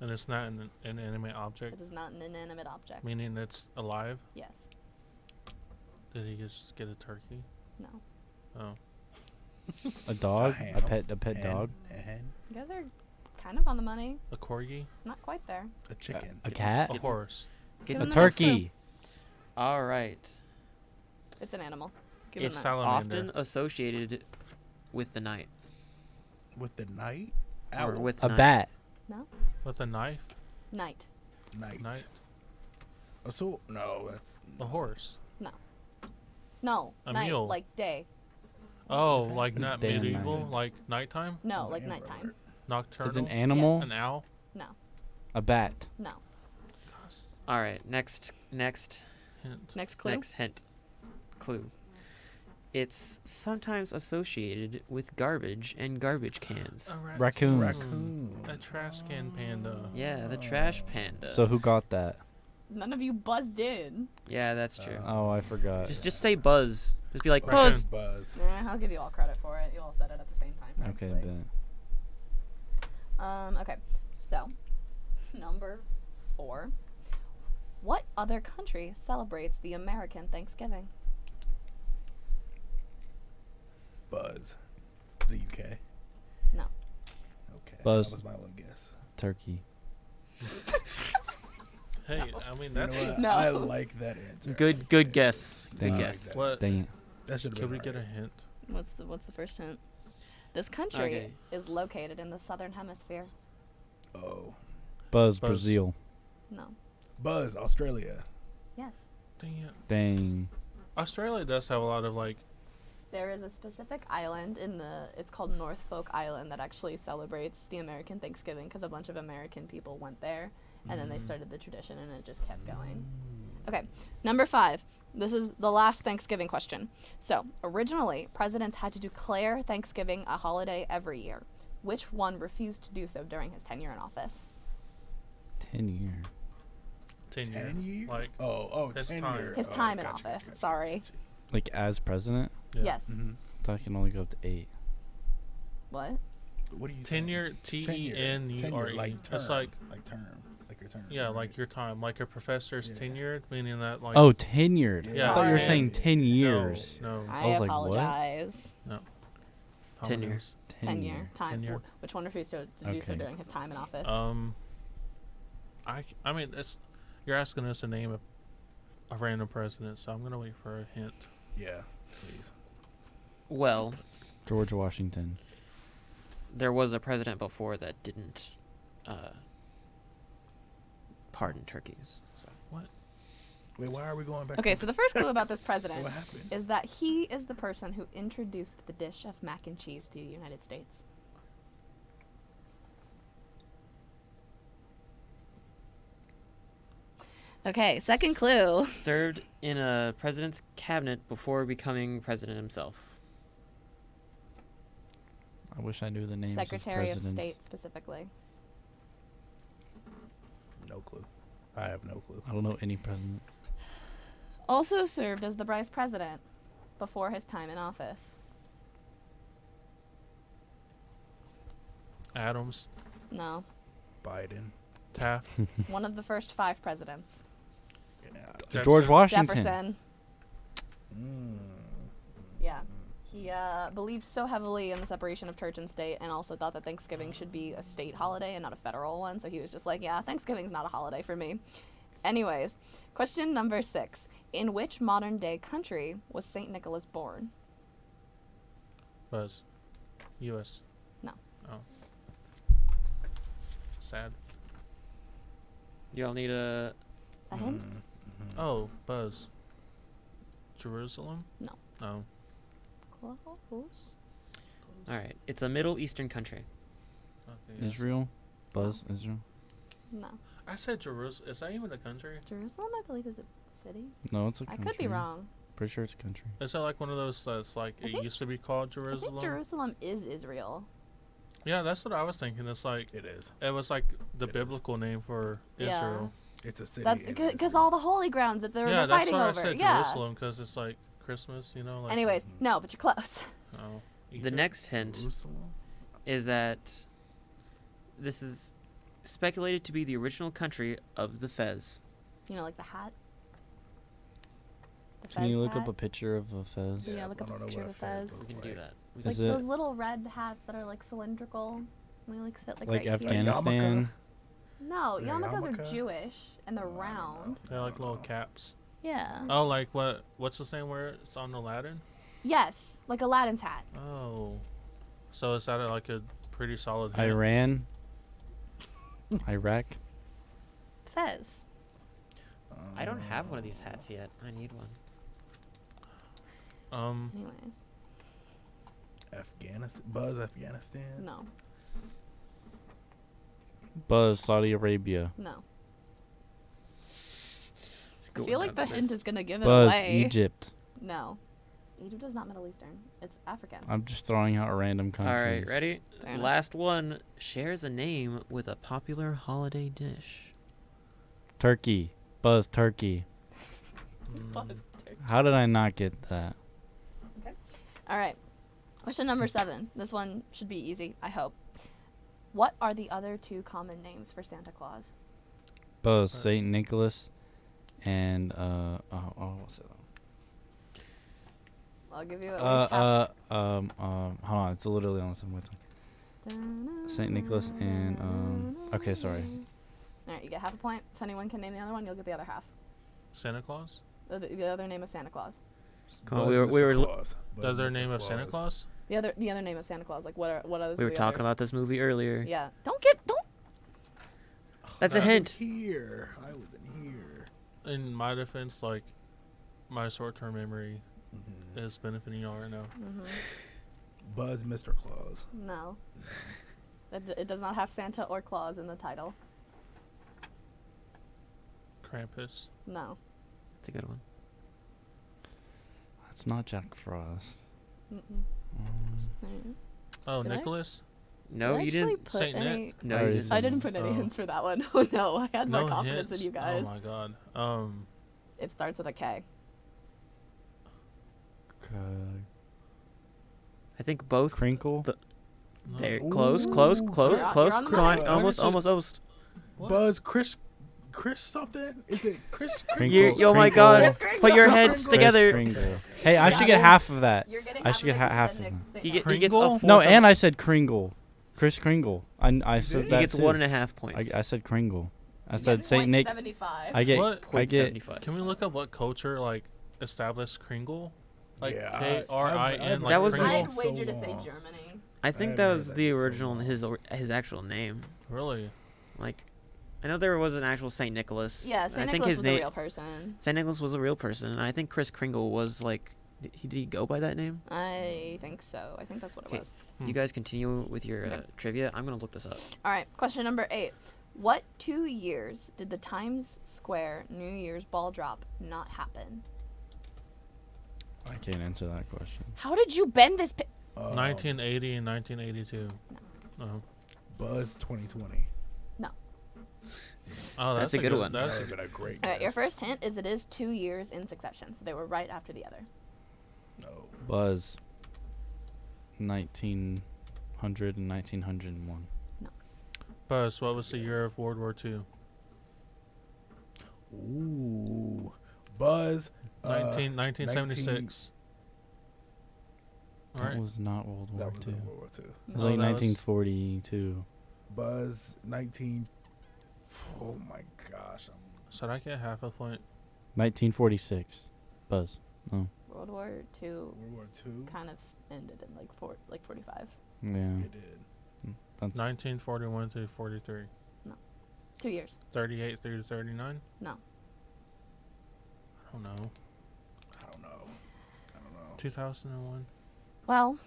and it's not an inanimate It object, is not an inanimate object. meaning it's alive. Yes. Did he just get a turkey? No. Oh, A dog? A, ham, pet? A pet Hen, dog? A hen. You guys are kind of on the money. a corgi, Not quite there. A chicken. A cat? a horse. Give Give A him the next clue. turkey? All right. It's an animal. Give him It's It's that. salamander. often associated with the night with the night. or Owl. with A night. bat? With a knife, Night. night. knife, A so no, that's a horse. No. A night. mule. Like day. Oh, that? like not Damn medieval, night. like nighttime, No, Oh, like yeah, nighttime. brother. nocturnal. It's an animal. An owl. A bat? No. All right. Next. Next. Hint. Next clue. Next hint. Clue. It's sometimes associated with garbage and garbage cans. Oh. A Raccoon. Raccoon. Oh. A trash can panda. Yeah, the trash panda. So who got that? None of you buzzed in. yeah, that's true. Uh, Oh, I forgot. just just say buzz. Just be like Okay. buzz. Buzz. Nah, I'll give you all credit for it. You all said it at the same time. Okay, practically. then. Um, okay, so number four. What other country celebrates the American Thanksgiving? Buzz. The UK. No. Okay. Buzz. That was my only guess. Turkey. Hey, I mean You that's know what? No. I like that answer. Good good guess. Good Thank you. guess. what. Dang it. That should Could we get a hint? What's the What's the first hint? This country Okay. is located in the southern hemisphere. a? Oh. Buzz, Buzz. Brazil. No. Buzz. Australia. Yes. Dang it. Dang. Australia does have a lot of like. There is a specific island in the. It's called North Folk Island that actually celebrates the American Thanksgiving because a bunch of American people went there, and then they started the tradition, and it just kept going. Okay, number five. This is the last Thanksgiving question. So originally, presidents had to declare Thanksgiving a holiday every year. Which one refused to do so during his tenure in office? Ten year. Ten, Ten year. Like oh oh his ten time. year. His Oh, time in gotcha, office. gotcha. Sorry. Like as president, yeah. Yes. Mhm. so I can only go up to eight. What? What do you? saying? Tenure. T e Tenure. n u Tenure, r e. Like term. It's like like term. Like your term. yeah, right? like your time, like a professor's Yeah. tenure, meaning that like. Oh, tenured. Yeah. I thought you were Sorry. saying ten years. No. I, I was like, what? apologize. Tom Tenure. Hanks. Tenure. Time. Tenure. wh- Which one refused to, to do so Okay. during his time in office? Oh. Um. I c- I mean it's you're asking us to name a, a random president, so I'm gonna wait for a hint. Yeah. Please. Well, George Washington. there was a president before that didn't uh, pardon turkeys. So. Wait. Why are we going back? Okay, to- so the first clue about this president What happened? is that he is the person who introduced the dish of mac and cheese to the United States. Okay, second clue. Served in a president's cabinet before becoming president himself. I wish I knew the names Secretary of of presidents. State specifically. No clue. I have no clue. I don't know any presidents. Also served as the vice president before his time in office. Adams, No, Biden. Taft, one of the first five presidents. Yeah. George Jefferson. Washington. Jefferson. Mm. Yeah. Mm. He uh, believed so heavily in the separation of church and state and also thought that Thanksgiving should be a state holiday and not a federal one. So he was just like, yeah, Thanksgiving's not a holiday for me. Anyways, question number six In which modern day country was St. Nicholas born? Buzz, U.S. No. Oh. Sad. You all need a A hint? Mm. Mhm. Oh, Buzz. Jerusalem? Oh, No. No. Close. All right. It's a Middle Eastern country. Okay, yes. Israel. Buzz. Israel. No. I said Jerusalem. Is that even a country? Jerusalem, I believe, is a city. No, it's a I country. could be wrong. Pretty sure it's a country. Is that like one of those that's like I it think- used to be called Jerusalem? I think Jerusalem is Israel. yeah, that's what I was thinking. It's like It is. it was like the It is. biblical name for Yeah. Israel. It's a city. That's in because Israel. all the holy grounds that they were yeah, they're that's fighting why I over. said yeah. Jerusalem because it's like Christmas, you know. Like mm. Anyways, Mhm. no, but you're close. Oh, The Egypt? next hint Jerusalem. is that this is speculated to be the original country of the Fez. You know, like the hat. The Can you fez look hat? up a picture of a fez? Yeah, look I up a don't know picture what of a fez fez. We looks can do like. that. We Is like can- it- those little red hats that are like cylindrical. We like sit like, Like right here. Afghan- Afghanistan. No, Yeah, yarmulkes yarmulke? are Jewish and they're Oh, I don't know. round. They're like little caps. Yeah. Oh, like what? What's his name? Where it's on Aladdin? Yes, like Aladdin's hat. Oh, so is that a, like a pretty solid? hint? Iran. Iraq. Fez. I don't have one of these hats yet. I need one. Um, Anyways, Afghanistan. Buzz Afghanistan. no, Buzz. Saudi Arabia. no. It's I going feel down like the hint list. is gonna give it Buzz. away. Egypt. No. Egypt is not Middle Eastern. It's African. I'm just throwing out random All countries. right, ready? Fair enough. Last one shares a name with a popular holiday dish. Turkey. Buzz Turkey. Mm, How did I not get that? All right. Question number seven. This one should be easy, I hope. What are the other two common names for Santa Claus? Buzz Saint Nicholas, and uh oh, oh what's it? I'll give you at least Uh, half. uh um um hold on, it's literally on some with Saint Nicholas and um okay sorry All right, you get half a point. If anyone can name the other one, you'll get the other half. Santa Claus? The, the other name of Santa Claus. Come on, Buzz we were- we Mr. were l- Claus. The Buzz other Mr. name of Santa Claus? The other the other name of Santa Claus. Like what are what are We were talking about this movie earlier. Yeah. Don't get don't That's a I wasn't hint. Here, I was in here. In my defense, like, my short term memory Mhm. is benefiting y'all right now. Buzz Mr. Claus. mm-hmm, No. It, d- it does not have Santa or Claus in the title. Krampus. No. That's a good one. it's not Jack Frost Mm-mm. Um, Alright. Oh, Did I? Nicholas? No, Did I you actually didn't. Put Saint Nick? any, No, Or you is didn't. it- I didn't put any Oh. hints for that one. Oh no, I had more confidence hints? in you guys. Oh my god. Um, It starts with a K. uh, I think both. Crinkle The- no. There, close, close, Ooh. close, You're on- close. you're on the Come on, money. almost, Why did almost, almost. What? Buzz Chris, Chris something? Is it Chris? Chris? Crinkle, You, oh my God! Crinkle, Put your Kris heads Kringle. together. Kringle. Hey, I Got should get it. half of that. You're getting I half should of get it 'cause ha- it said half of He, get, he gets a Kringle? fourth No, of- and I said Kringle, Chris Kringle. I I said did? that he gets too. one and a half I, points. I said Kringle. I said Saint Nick. I get What? I Point get 75. Can we look up what culture, like, established Kringle? Like, Yeah, I- K R I I've- I've- N, like, That was the- Kringle? I'd I'd so wager to say long. Germany. I think haven't that heard was that the in so original long. his or- his actual name. Really? Like, I know there was an actual Saint Nicholas. and Yeah, I Saint think Nicholas his was name, a real person. Saint Nicholas was a real person, and I think Chris Kringle was like, did he, did he go by that name? I think so. I think that's what it Okay. was. Hmm. You guys continue with your Okay. uh, trivia. I'm gonna look this up. All right, question number eight. What two years did the Times Square New Year's ball drop not happen? I can't answer that question. How did you bend this? Pi- Um, 1980 and 1982. Oh, Buzz 2020. oh That's a good one. That's That a would've been a great. All right, your guess. first hint is it is two years in succession, so they were right after the other. No. Buzz. 1900 and 1901. Buzz, what was the year of World War II? Ooh. Buzz. uh, 19, 1976. That All right. was not World War that was II. in World War II. It was Oh, like that was- 1942. Buzz 19. Oh my gosh. I'm, So did I get half a point? 1946. Buzz. World War II World War II. kind of ended in like four, like 45. Yeah. It did. That's 1941 through 43. Two years. 38 through 39? No. I don't know. I don't know. I don't know. 2001? Well,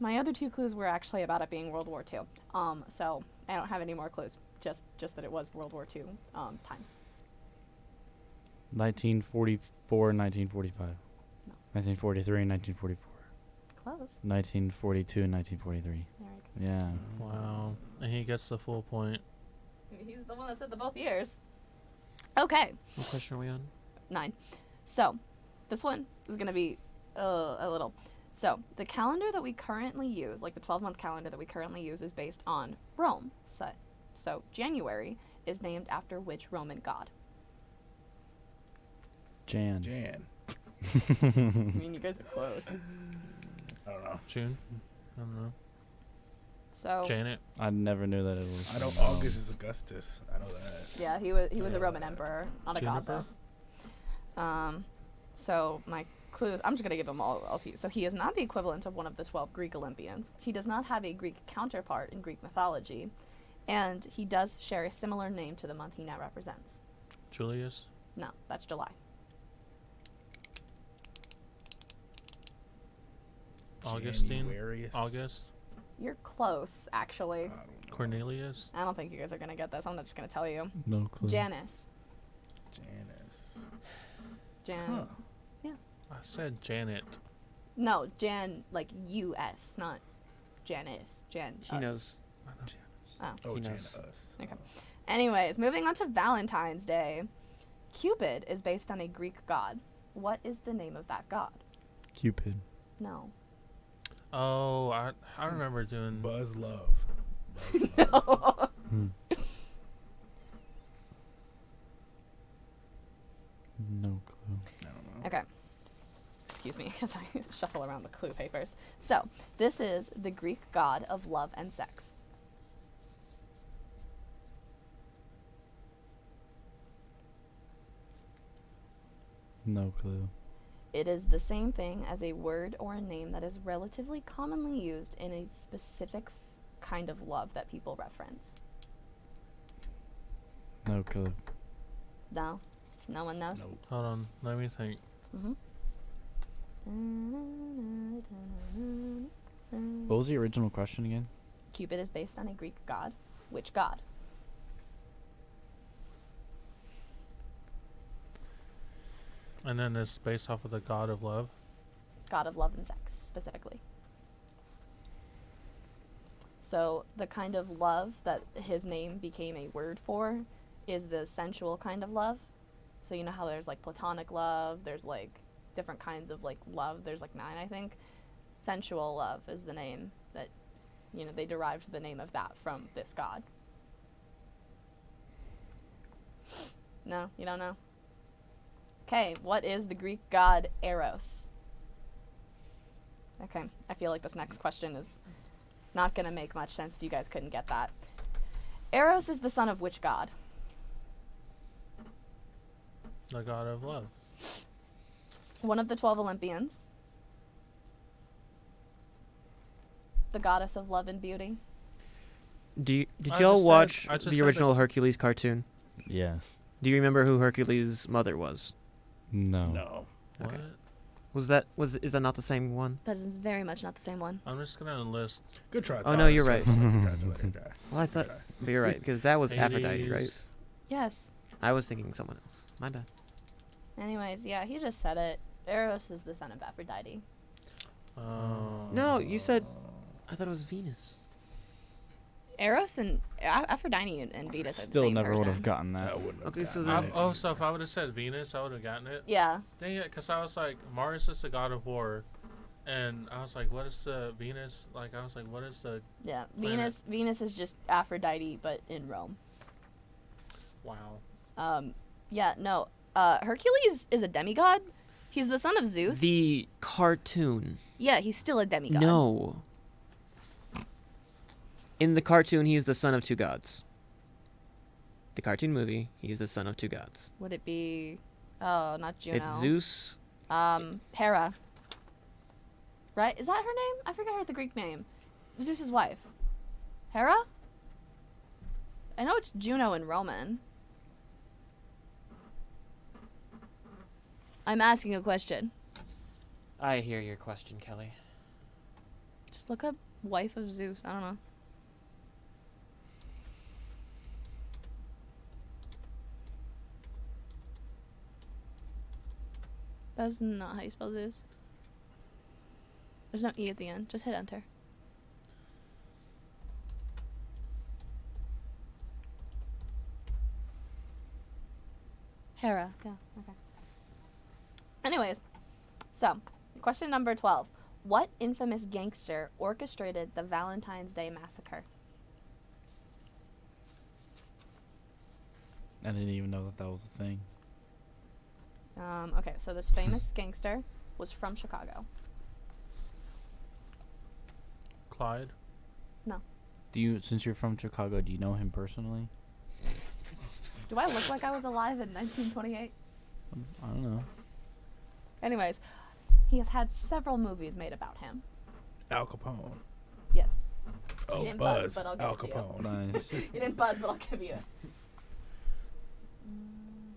my other two clues were actually about it being World War II. Um, so I don't have any more clues. Just just that it was World War II um, times. 1944, 1945. No. 1943, 1944. Close. 1942, 1943. There we Yeah. Mm-hmm. Wow. And he gets the full point. go. He's the one that said the both years. Okay, What question are we on? nine. So this one is gonna be uh, a little. So the calendar that we currently use, like the 12-month calendar that we currently use, is based on Rome. So, so January is named after which Roman god? Jan. Jan. I mean, you guys are close. I don't know. June? I don't know. So Oh. Janet? I never knew that it was. I know from Rome. August is Augustus. I know that. Yeah, he was he was a Yeah. Roman emperor, not a god Juniper? though. Um, so my clues. I'm just gonna give them all, all to you. So he is not the equivalent of one of the twelve Greek Olympians. He does not have a Greek counterpart in Greek mythology, and he does share a similar name to the month he now represents. Julius? No, that's July. Augustine? Januarius. August? You're close, I actually. don't know. Cornelius? I don't think you guys are gonna get this. I'm not just gonna tell you. No clue. Janus. Janus. Jan. Huh. I said Janet. No, Jan, like U.S., not Janice. Jan. He us. knows. Oh, He Jana knows. us. Okay. Anyways, moving on to Valentine's Day. Cupid is based on a Greek god. What is the name of that god? Cupid. No. Oh, I I remember doing. Buzz Love. Buzz Love. No clue. I don't know. Okay. Excuse me as I shuffle around the clue papers. So, this is the Greek god of love and sex. No clue. It is the same thing as a word or a name that is relatively commonly used in a specific f- kind of love that people reference. No clue. No? No one knows? Nope. Hold on, let me think. Mm-hmm. What was the original question again? Cupid is based on a Greek god. Which god? And then it's based off of the god of love. God of love and sex, specifically. So, the kind of love that his name became a word for is the sensual kind of love. So, you know how there's like platonic love, there's like different kinds of like love, there's like nine, I think. Sensual love is the name that, you know, they derived the name of that from this god. No, you don't know? Okay, what is the Greek god Eros? Okay, I feel like this next question is not going to make much sense if you guys couldn't get that. Eros is the son of which god? The god of love. One of the 12 Olympians. The goddess of love and beauty. Do you, did I y'all just said- watch I just said the that- original Hercules cartoon? Yes. Do you remember who Hercules' mother was? No. No. What? Okay. Was that was is that not the same one? That is very much not the same one. I'm just gonna enlist. Good try. Oh, no, Tyler. you're Good right. try, Tyler. Good try, Tyler. Well, I thought Good try. but you're right because that was Aphrodite, 80s. right? Yes. I was thinking someone else. My bad. Anyways, yeah, he just said it. Eros is the son of Aphrodite. Oh. No, you said. Uh, I thought it was Venus. Eros and A- Aphrodite and, and Venus are the Still same never would person. have gotten I that. wouldn't have Okay, so gotten I- it. oh, so if I would have said Venus, I would have gotten it. Yeah. Dang it, because I was like, Mars is the god of war, and I was like, what is the Venus? Like, I was like, what is the Yeah, Planet. Venus. Venus is just Aphrodite, but in Rome. wow? Um, yeah, no. Uh, Hercules is a demigod. He's the son of Zeus. The cartoon. yeah, he's still a demigod. No. In the cartoon, he is the son of two gods. The cartoon movie, he is the son of two gods. Would it be? Oh, not Juno. It's Zeus. Um, Hera. Right? Is that her name? I forgot her the Greek name. Zeus's wife. Hera. I know it's Juno in Roman. I'm asking a question. I hear your question, Kelly. Just look up wife of Zeus. I don't know. That's not how you spell Zeus. There's no E at the end. Just hit enter. Hera. Yeah, okay. Anyways, so question number 12. What infamous gangster orchestrated the Valentine's Day massacre? I didn't even know that that was a thing. Um, okay, so this famous gangster was from Chicago. Clyde? Do you, since you're from Chicago, do you know him personally? Do I look like I was alive in 1928? Um, I don't know. Anyways, he has had several movies made about him. Al Capone. Yes. Oh, didn't buzz, Buzz. but I'll give Al it to you. Capone. Nice. You didn't buzz, but I'll give you it. Mm.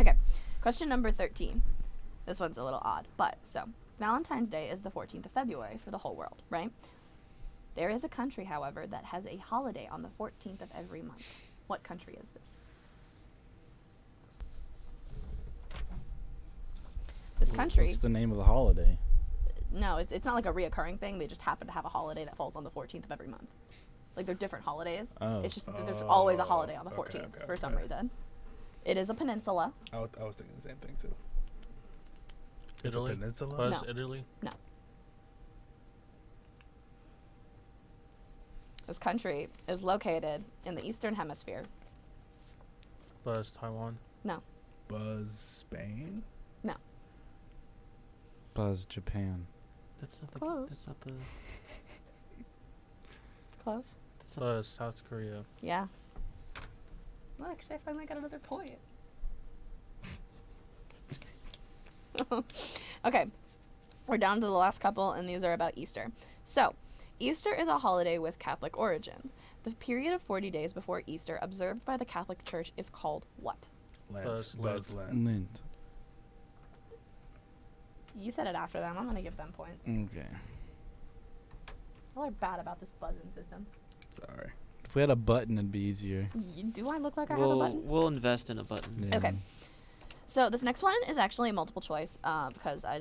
Okay, question number 13. This one's a little odd, but so Valentine's Day is the 14th of February for the whole world, right? There is a country, however, that has a holiday on the 14th of every month. What country is this? This country What's the name of the holiday? no, it's, it's not like a reoccurring thing. They just happen to have a holiday that falls on the 14th of every month. Like they're different holidays. Oh. It's just that there's always a Oh, holiday on the okay, 14th okay, for some okay. reason. It is a peninsula. I was, I was thinking the same thing too. It's Italy? a peninsula. Plus No. Italy. This country is located in the eastern hemisphere. Plus Taiwan. Buzz Spain. Buzz Japan. That's not the. Close. That's not the. Close. That's not Plus South Korea. Yeah. Well, actually, I finally got another point. okay. We're down to the last couple, and these are about Easter. So, Easter is a holiday with Catholic origins. The period of 40 days before Easter observed by the Catholic Church is called what? Lent. Buzz Buzz, Lent. Lint. You said it after them. I'm going to give them points. Okay. Y'all are bad about this buzzing system. Sorry. If we had a button, it'd be easier. Y do I look like I have a we'll button? we'll invest in a button. Yeah. Okay. So this next one is actually multiple choice uh, because I,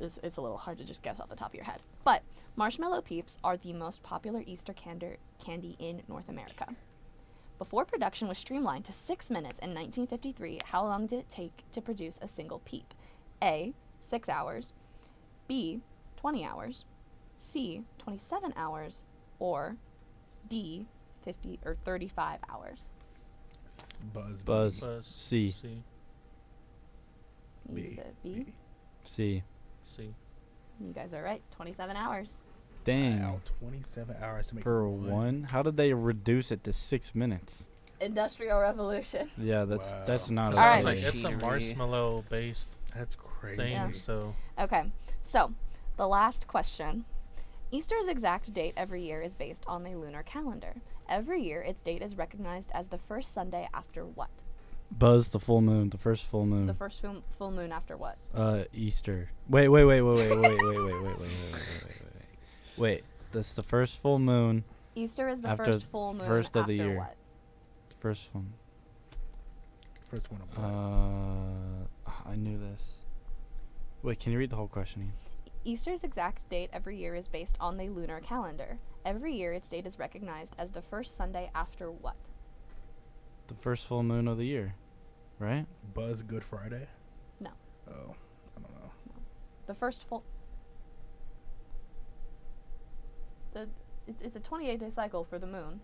it's, it's a little hard to just guess off the top of your head. But marshmallow peeps are the most popular Easter candor, candy in North America. Before production was streamlined to six minutes in 1953, how long did it take to produce a single peep? A. Six hours. B. 20 hours. C. 27 hours. Or D. 50 or 35 hours. S- Buzz. Buzz. Plus C. C. You B. said B. B. See. C. You guys are right. 27 hours. Dang. Wow, 27 hours to make For one, how did they reduce it to six minutes? Industrial Revolution. Yeah, that's Wow. that's It not. a sounds Alright. like it's a Machinery. marshmallow based That's thing, crazy. Yeah. so Okay, so the last question. Easter's exact date every year is based on the lunar calendar. Every year, its date is recognized as the first Sunday after what? Buzz the full moon, the first full moon. The first full, full moon after what? uh, Easter. Wait, wait, wait, wait, wait, wait, wait, wait, wait, wait, wait, wait, wait, wait, wait, wait. Wait, that's the first full moon. Easter is the After first th- full moon first after of the year. what? First one. First one of one. Uh, I knew this. Wait, can you read the whole question? Ian? Easter's exact date every year is based on the lunar calendar. Every year, its date is recognized as the first Sunday after what? The first full moon of the year, right? Buzz Good Friday? No. Oh, I don't know. The first full. The it's, it's a 28 day cycle for the moon.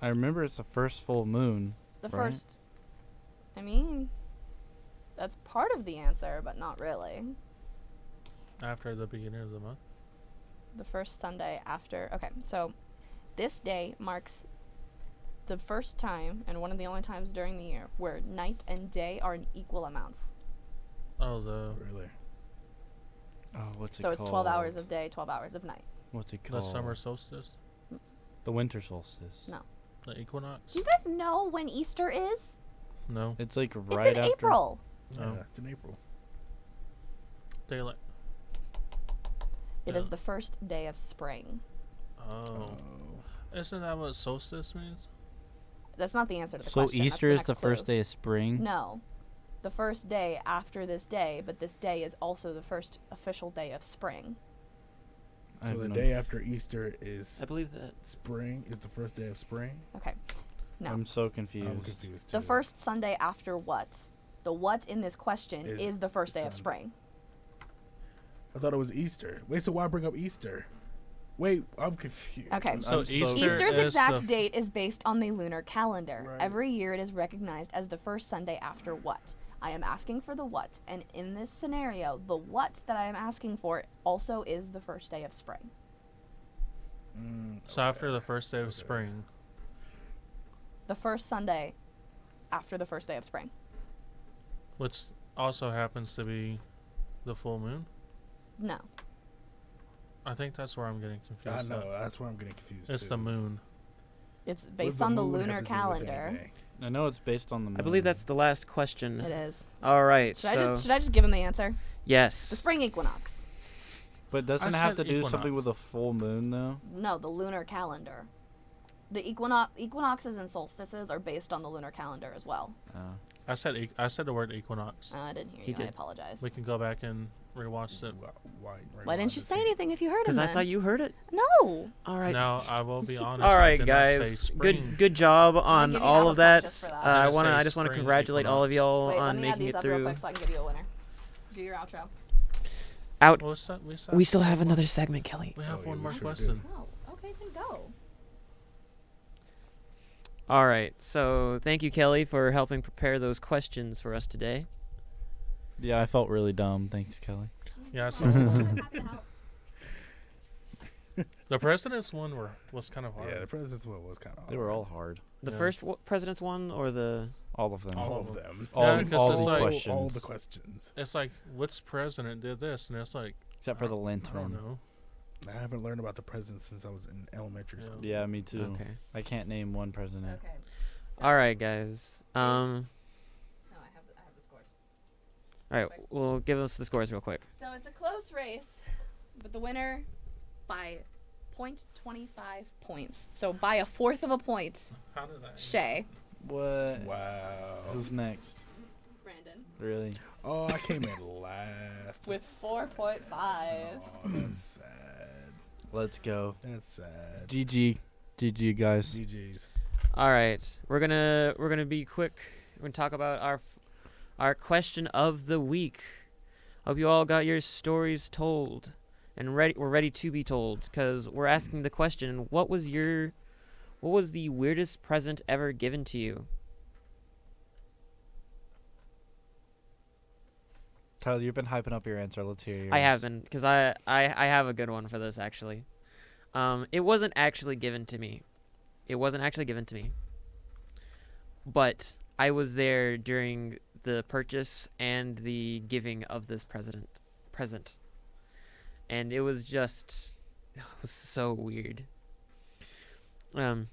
I remember it's the first full moon. The Right. first. I mean, that's part of the answer, but not really. after the beginning of the month. The first Sunday after. Okay, so this day marks the first time and one of the only times during the year where night and day are in equal amounts. Oh the Really? Oh, what's it so called? it's 12 hours of day, 12 hours of night. What's it Oh. the called? summer solstice. The winter solstice. No. The equinox? Do you guys know when Easter is? No. It's like right it's in after. April. Oh. Yeah, it's in April. Daylight. It is Yeah. the first day of spring. Oh. Isn't that what solstice means? That's not the answer to the So question. that's Easter is next the first clue. day of spring. No. The first day after this day, but this day is also the first official day of spring. I So have the no- day after Easter is I believe that. spring, is the first day of spring? Okay. No. I'm so I'm confused. confused too. the first Sunday after what? The what in this question is, Is the first day of Sunday. spring. I thought it was Easter. Wait, so why bring up Easter? Wait, I'm confused. Okay. I'm- So I'm so Easter, confused. Easter's is uh, exact the date is based on the lunar calendar. Right. Every year it is recognized as the first Sunday after what? I am asking for the what, and in this scenario, the what that I am asking for also is the first day of spring. Mm, So after the first day of Okay. spring. The first Sunday after the first day of spring. Which also happens to be the full moon. No. I think that's where I'm getting confused. I at. know. That's where I'm getting confused. It's too. the moon. It's What does based on the moon have lunar to do with calendar. anything? I know it's based on the. Moon. I believe that's the last question. It is. All right. so Should I just should I just give him the answer? yes. The spring equinox. But doesn't it have to said do something equinox. with a full moon though? No, the lunar calendar. The equino- equinoxes and solstices are based on the lunar calendar as well. Oh. I said e- I said the word equinox. Oh. Uh, I didn't hear He you. I did. apologize. We can go back and rewatched it. Why, why, Why didn't you say anything if you heard him? Because I then? thought you heard it. no. All right. Now I will be honest. all I right, did not say guys. spring. Good good job on give you all half of a point that. just for Uh, that. I I'm gonna want to. say I just want to spring congratulate all of y'all Wait, let on me add making these it up real through. quick so I can give you a winner. Do your outro. Out. Well, it's not- we, still We still have another segment, Kelly. We have Oh, one yeah, we more sure do. question. Oh, okay, then go. All right. So thank you, Kelly, for helping prepare those questions for us today. Yeah, I felt really dumb. Thanks, Kelly. Yeah, it's Mm-hmm. the president's one were, was kind of hard. Yeah, the president's one was kind of. They were all hard. The Yeah. first w- president's one or the All of them. all all of of them. All, Yeah, 'cause all it's the like- questions. All the questions. It's like, what's president did this, and it's like, Except for the I lint don't one. know. I haven't learned about the president since I was in elementary Yeah. school. Yeah, me too. okay. I can't name one president. Okay. All right, guys. Um. No, I have, the, I have the scores. All right. Well, give us the scores real quick. So it's a close race, but the winner by 0.25 points. So by a fourth of a point, How did that? Shay. What? Wow. Who's next? Brandon. Really? Oh, I came in last. With 4.5. Oh, that's sad. Let's go. That's sad. GG. GG, guys. GG's. All right. We're gonna we're gonna be quick. We're gonna talk about our f- our question of the week. Hope you all got your stories told and ready. We're ready to be told because we're asking the question: What was your what was the weirdest present ever given to you? Tyler, you've been hyping up your answer. Let's hear yours. I haven't because I, I I have a good one for this actually. Um, it wasn't actually given to me. It wasn't actually given to me. But I was there during the purchase and the giving of this president present, and it was just it was so weird. Um.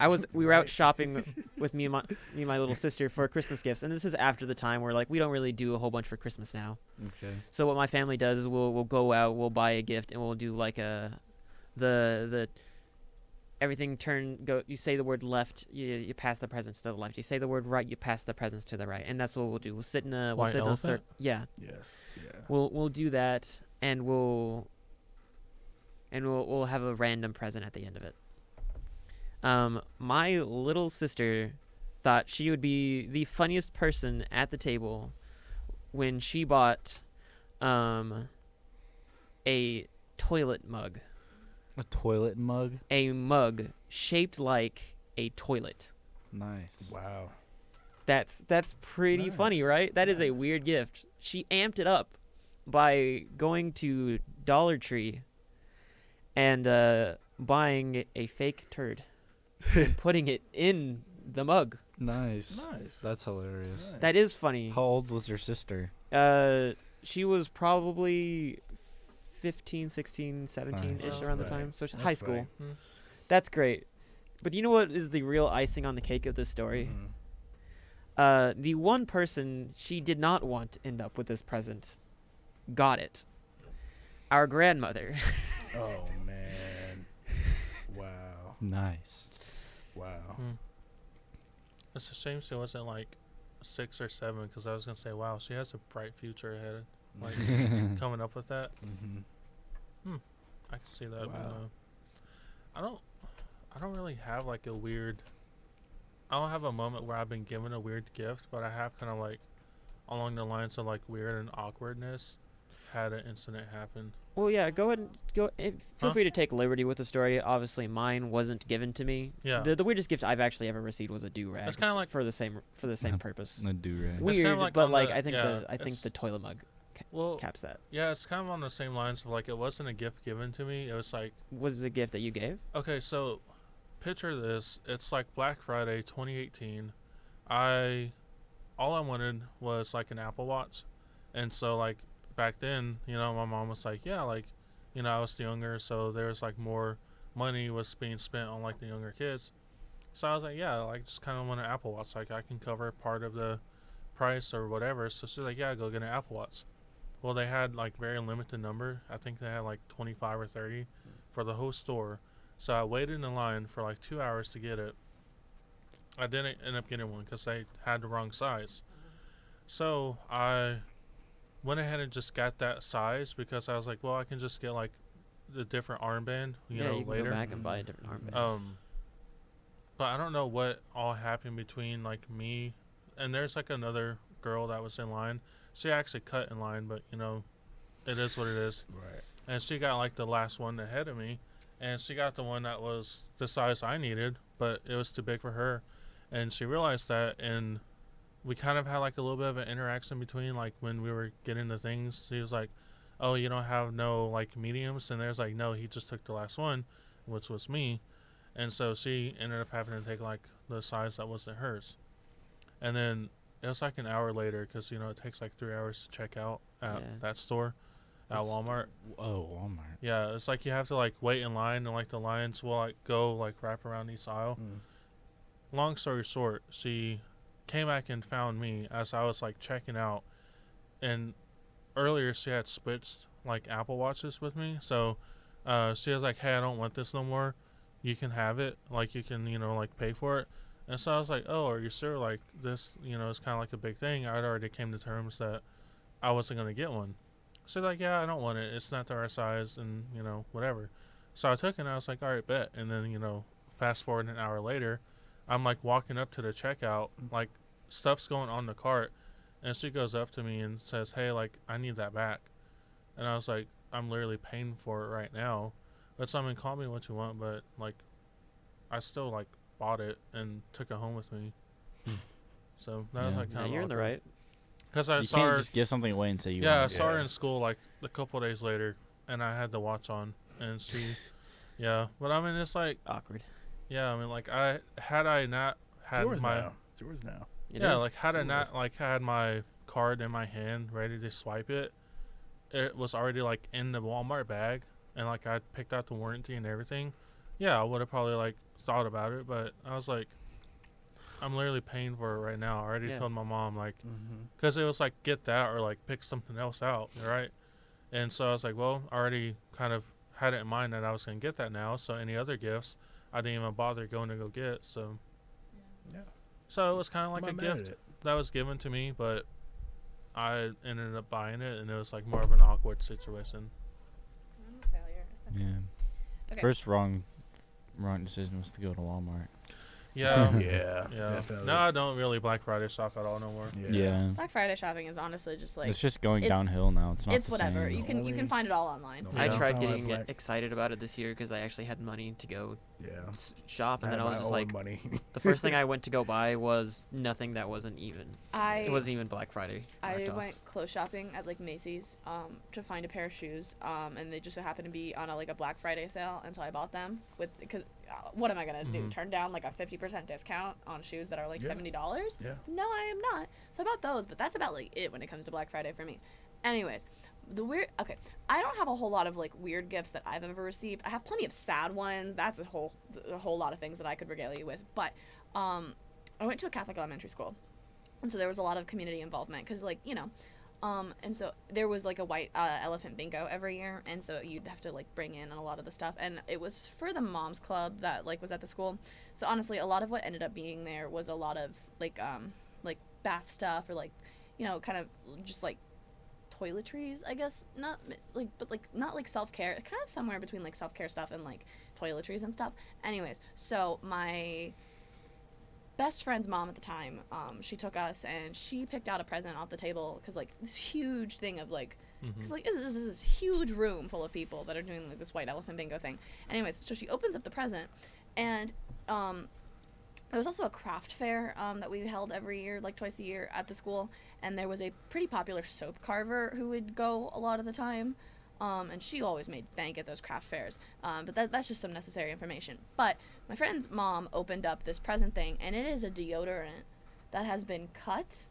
I was we were out shopping with me and my me and my little sister for Christmas gifts, and this is after the time where like we don't really do a whole bunch for Christmas now. Okay. So what my family does is we'll we'll go out, we'll buy a gift, and we'll do like a the the everything turn go. You say the word left, you you pass the presents to the left. You say the word right, you pass the presents to the right, and that's what we'll do. We'll sit in a we'll White sit in a cir- elephant? yeah. Yes. Yeah. We'll we'll do that, and we'll and we'll we'll have a random present at the end of it. Um, my little sister thought she would be the funniest person at the table when she bought um a toilet mug, A toilet mug. a mug shaped like a toilet. Nice. Wow. That's that's pretty funny, Nice, right? That is a nice. weird gift. She amped it up by going to Dollar Tree and uh, buying a fake turd and putting it in the mug. Nice. Nice. That's hilarious. nice. That is funny. How old was your sister? Uh, she was probably 15, 16, 17 ish Nice. around the That's time. right. So she- That's high school. right. Hmm. That's great. But you know what is the real icing on the cake of this story? Mhm. uh, the one person she did not want to end up with this present got it. Our grandmother. Oh man. Wow. Nice. Wow. It's a shame she wasn't like six or seven, because I was gonna say, wow, she has a bright future ahead. Like coming up with that, Mm-hmm. I can see that. but Wow. no. I don't. I don't really have like a weird. I don't have a moment where I've been given a weird gift, but I have kind of like, along the lines of like weird and awkwardness, had an incident happen. well, yeah, go ahead and go. eh, feel Huh? free to take liberty with the story. Obviously, mine wasn't given to me. Yeah. The, the weirdest gift I've actually ever received was a do rag. It's kinda like- for the same for the same Yeah. purpose. A do rag. It's kinda Weird, like but on like the- I think yeah, the I think it's- Oh. the toilet mug Well, caps that. yeah, it's kind of on the same lines of like it wasn't a gift given to me. It was like. Was it a gift that you gave? Okay, so picture this. It's like Black Friday 2018. I all I wanted was like an Apple Watch. And so like back then, you know, my mom was like, "Yeah, like, you know, I was the younger, so there was like more money was being spent on like the younger kids." So I was like, "Yeah, like just kind of want an Apple Watch. Like I can cover part of the price or whatever." So she's like, "Yeah, go get an Apple Watch." Well, they had like very limited number. I think they had like 25 or 30 for the whole store. So I waited in line for like two hours to get it. I didn't end up getting one because they had the wrong size. So I went ahead and just got that size because I was like, well, I can just get like the different armband, you yeah, know, you can later. go back and buy a different armband. Um, but I don't know what all happened between like me and there's like another girl that was in line. She actually cut in line, but you know, it is what it is. Right. And she got like the last one ahead of me, and she got the one that was the size I needed, but it was too big for her, and she realized that, and we kind of had like a little bit of an interaction between like when we were getting the things. She was like, "Oh, you don't have no like mediums," and there's like, "No, he just took the last one, which was me," and so she ended up having to take like the size that wasn't hers, and then it was like an hour later because you know it takes like three hours to check out at Yeah. that store at That's- Walmart. Oh, Walmart. Yeah, it's like you have to like wait in line, and like the lines will like go like wrap around each aisle. Long story short, she came back and found me as I was like checking out, and earlier she had switched like Apple watches with me, so uh, she was like, "Hey, I don't want this no more. You can have it. Like you can you know like pay for it." And so I was like, "Oh, are you sure? Like this you know is kind of like a big thing. I'd already came to terms that I wasn't gonna get one." She's like, yeah, I don't want it. It's not the right size, and you know, whatever. So I took it, and I was like, all right, bet. And then you know, fast forward an hour later, I'm like walking up to the checkout, Mm. like stuff's going on the cart, and she goes up to me and says, hey, like I need that back. And I was like, I'm literally paying for it right now. But so I mean, call me what you want, but like, I still like bought it and took it home with me. Hmm. So that was Yeah. like yeah, kind of you're in the right. because I you saw her can't just give something away and say you yeah, I want it. saw her Yeah. in school like a couple days later, and I had the watch on, and she, yeah. But I mean, it's like, Awkward. yeah, I mean, like I had I not had Tours my now. Tours now. It yeah, is. like had I Tours. not like had my card in my hand ready to swipe it, it was already like in the Walmart bag, and like I picked out the warranty and everything. Yeah, I would have probably like thought about it, but I was like, I'm literally paying for it right now. I already Yeah. told my mom like Mm-hmm. because it was like get that or like pick something else out, right? And so I was like, well, I already kind of had it in mind that I was gonna get that now. So any other gifts, I didn't even bother going to go get. So Yeah. so it was kind of like I'm a not mad at gift it. that was given to me, but I ended up buying it, and it was like more of an awkward situation. Yeah. Okay. First wrong, wrong decision was to go to Walmart. Yeah, yeah. Yeah. Definitely. No, I don't really Black Friday shop at all no more. Yeah. Yeah. Black Friday shopping is honestly just like it's just going it's- downhill now. It's not. it's the whatever. same. You can you can Only- find it all online. No. I Yeah. tried Sometimes getting e, black- excited about it this year because I actually had money to go Yeah. s- shop, I and then had I was my just own like, money. the first thing I went to go buy was nothing that wasn't even. I it wasn't even Black Friday. I knocked off. went clothes shopping at like Macy's um, to find a pair of shoes, um, and they just so happened to be on a, like a Black Friday sale, and so I bought them with because uh, what am I gonna do? Mm-hmm. Mhm. Turn down like a fifty percent discount on shoes that are like Yeah. seventy dollars? Yeah. No, I am not. So I bought those, but that's about like it when it comes to Black Friday for me. Anyways, the weird. Okay, I don't have a whole lot of like weird gifts that I've ever received. I have plenty of sad ones. That's a whole a whole lot of things that I could regale you with. But um, I went to a Catholic elementary school, and so there was a lot of community involvement because like you know. Um, and so there was like a white uh, elephant bingo every year, and so you'd have to like bring in a lot of the stuff, and it was for the moms club that like was at the school. So honestly, a lot of what ended up being there was a lot of like um like bath stuff or like you know kind of just like toiletries, I guess. Not m- like but like not like self care. Kind of somewhere between like self care stuff and like toiletries and stuff. Anyways, so my best friend's mom at the time, um, she took us and she picked out a present off the table because like this huge thing of like Mhm. because like this is this huge room full of people that are doing like this white elephant bingo thing. Anyways, so she opens up the present, and um, there was also a craft fair um, that we held every year, like twice a year at the school, and there was a pretty popular soap carver who would go a lot of the time. Um, and she always made bank at those craft fairs. Um, but that, that's just some necessary information. But my friend's mom opened up this present thing, and it is a deodorant that has been cut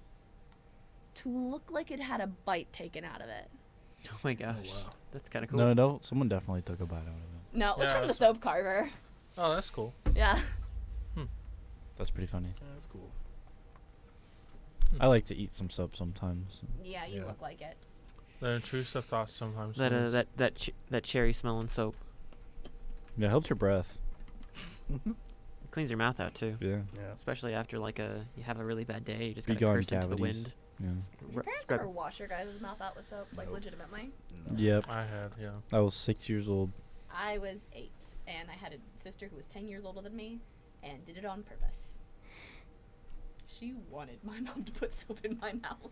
to look like it had a bite taken out of it. Oh my gosh, wow. that's kind of cool. No, no. Someone definitely took a bite out of it. No, it was Yeah, from the that's- soap carver. Oh, that's cool. Yeah. That's pretty funny. That's cool. I like to eat some soap sometimes. Yeah, you Yeah. look like it. The intrusive thoughts sometimes. That uh, comes. that that ch- that cherry smelling soap. Yeah, it helps your breath. cleans your mouth out too. Yeah. Yeah. Especially after like a you have a really bad day, you just Be gotta gone, curse into the cavities. Mm. wind. Yeah. R- Your parents scrub- ever wash your guys' mouth out with soap, like Nope. legitimately? No. Yep. I had, yeah. I was six years old. I was eight, and I had a sister who was 10 years older than me and did it on purpose. She wanted my mom to put soap in my mouth.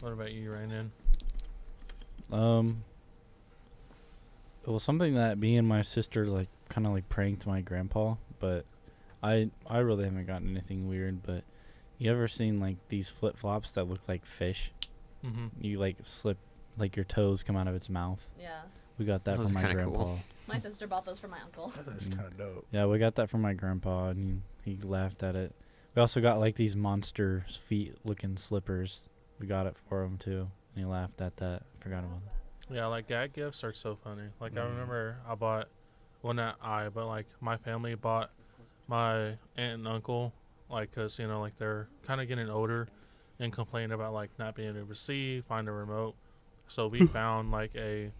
What about you, Ryan? Um. It was something that me and my sister like kind of like praying to my grandpa, but I I really haven't gotten anything weird. But you ever seen like these flip flops that look like fish? Mm-hmm. You like slip like your toes come out of its mouth. Yeah. We got that Those from are my kinda grandpa. cool. My sister bought those for my uncle. That's actually Mm. kind of dope. Yeah, we got that from my grandpa, and he, he laughed at it. We also got like these monster feet looking slippers. We got it for him too, and he laughed at that. Forgot about that. Yeah, like gag gifts are so funny. Like I Mm-hmm. Mhm. remember I bought, well not I, but like my family bought my aunt and uncle, like 'cause you know like they're kind of getting older, and complained about like not being able to see, find a remote. So we found like a,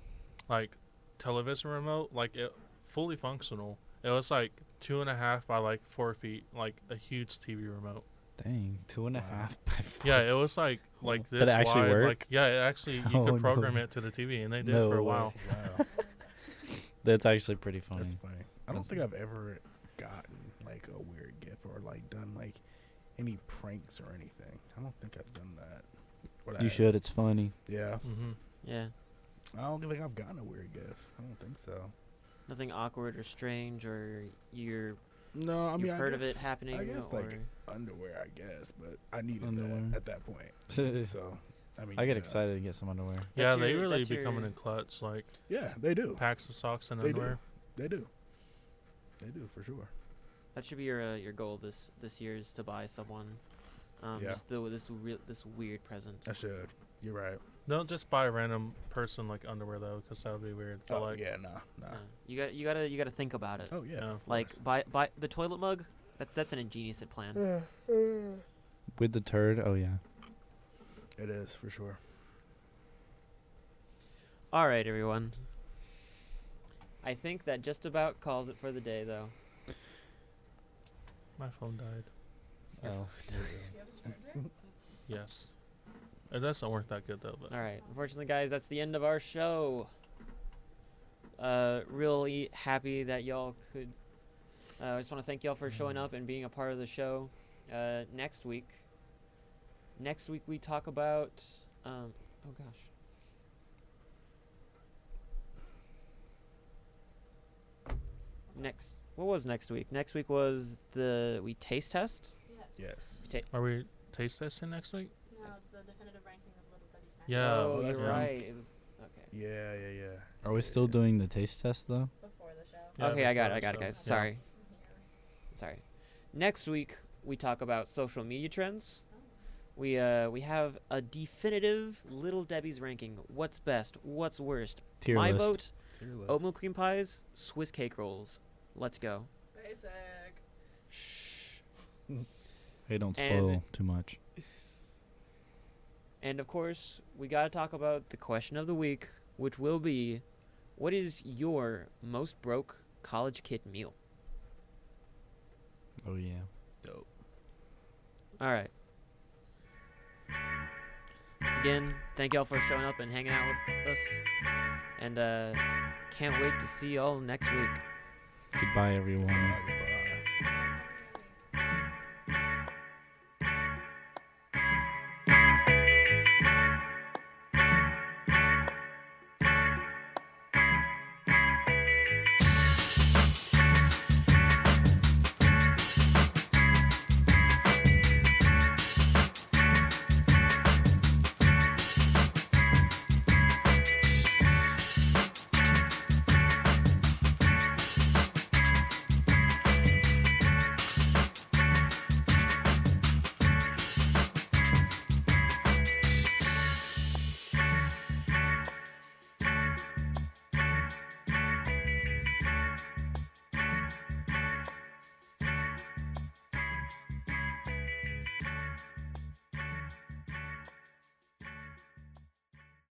like, television remote, like it fully functional. It was like two and a half by like four feet, like a huge TV remote. Dang, two and a Wow. half by Yeah, it was like like Did this it actually wide. work? Like yeah, it actually you Oh, no. could program it to the TV, and they did No for way. a while. Wow. That's actually pretty funny. That's funny. I don't That's- think I've ever gotten like a weird gift or like done like any pranks or anything. I don't think I've done that. Or that you I've- should. It's funny. Yeah. Mm-hmm. Yeah. I don't think I've gotten a weird gift. I don't think so. Nothing awkward or strange or you're No, I mean you've I heard of guess it happening guess, or like, underwear, I guess, but I needed Underwear. that at that point. I So I mean, get yeah. excited to get some underwear. yeah, That's they your- really that's be coming your- in clutch, like Yeah, they do. packs of socks and They do. underwear. They do. They do for sure. that should be your uh, your goal this this year is to buy someone um Yeah. just the, this re- this weird present. I should. You're right. Don't just buy a random person like underwear though, because that would be weird. But, oh like, yeah, nah, nah. Yeah. You got you got to you got to think about it. Oh yeah, No. of like course. buy buy the toilet mug. That's that's an ingenious plan. With the turd, oh yeah. it is for sure. All right, everyone. I think that just about calls it for the day, though. my phone died. Your Oh. Yes, it doesn't work that good though. But All right. Unfortunately, guys, that's the end of our show. Uh, really happy that y'all could. uh, I just want to thank y'all for showing up and being a part of the show. Uh, next week. Next week we talk about. Um, oh gosh. Next, what was next week? Next week was the we taste test. Yes. Ta- are we taste testing next week? No, it's the definitive ranking of Little Debbie's Snack. Yeah, oh, well, you're that's dumb. right. It was, okay. Yeah, yeah, yeah. Are we Yeah, still yeah. doing the taste test though? Before the show. Yeah, okay, I got it. before I got it, the guys. show. Sorry. Sorry. Next week we talk about social media trends. We uh we have a definitive Little Debbie's ranking. What's best? What's worst? Tier My list. vote: Tier list. oatmeal cream pies, Swiss cake rolls. Let's go. Basic. Shh. Hey, don't And- spoil too much. And of course, we got to talk about the question of the week, which will be, what is your most broke college kid meal? Oh yeah. Dope. All right. Once again, thank y'all for showing up and hanging out with us. And uh, can't wait to see y'all next week. Goodbye, everyone. Alright, goodbye.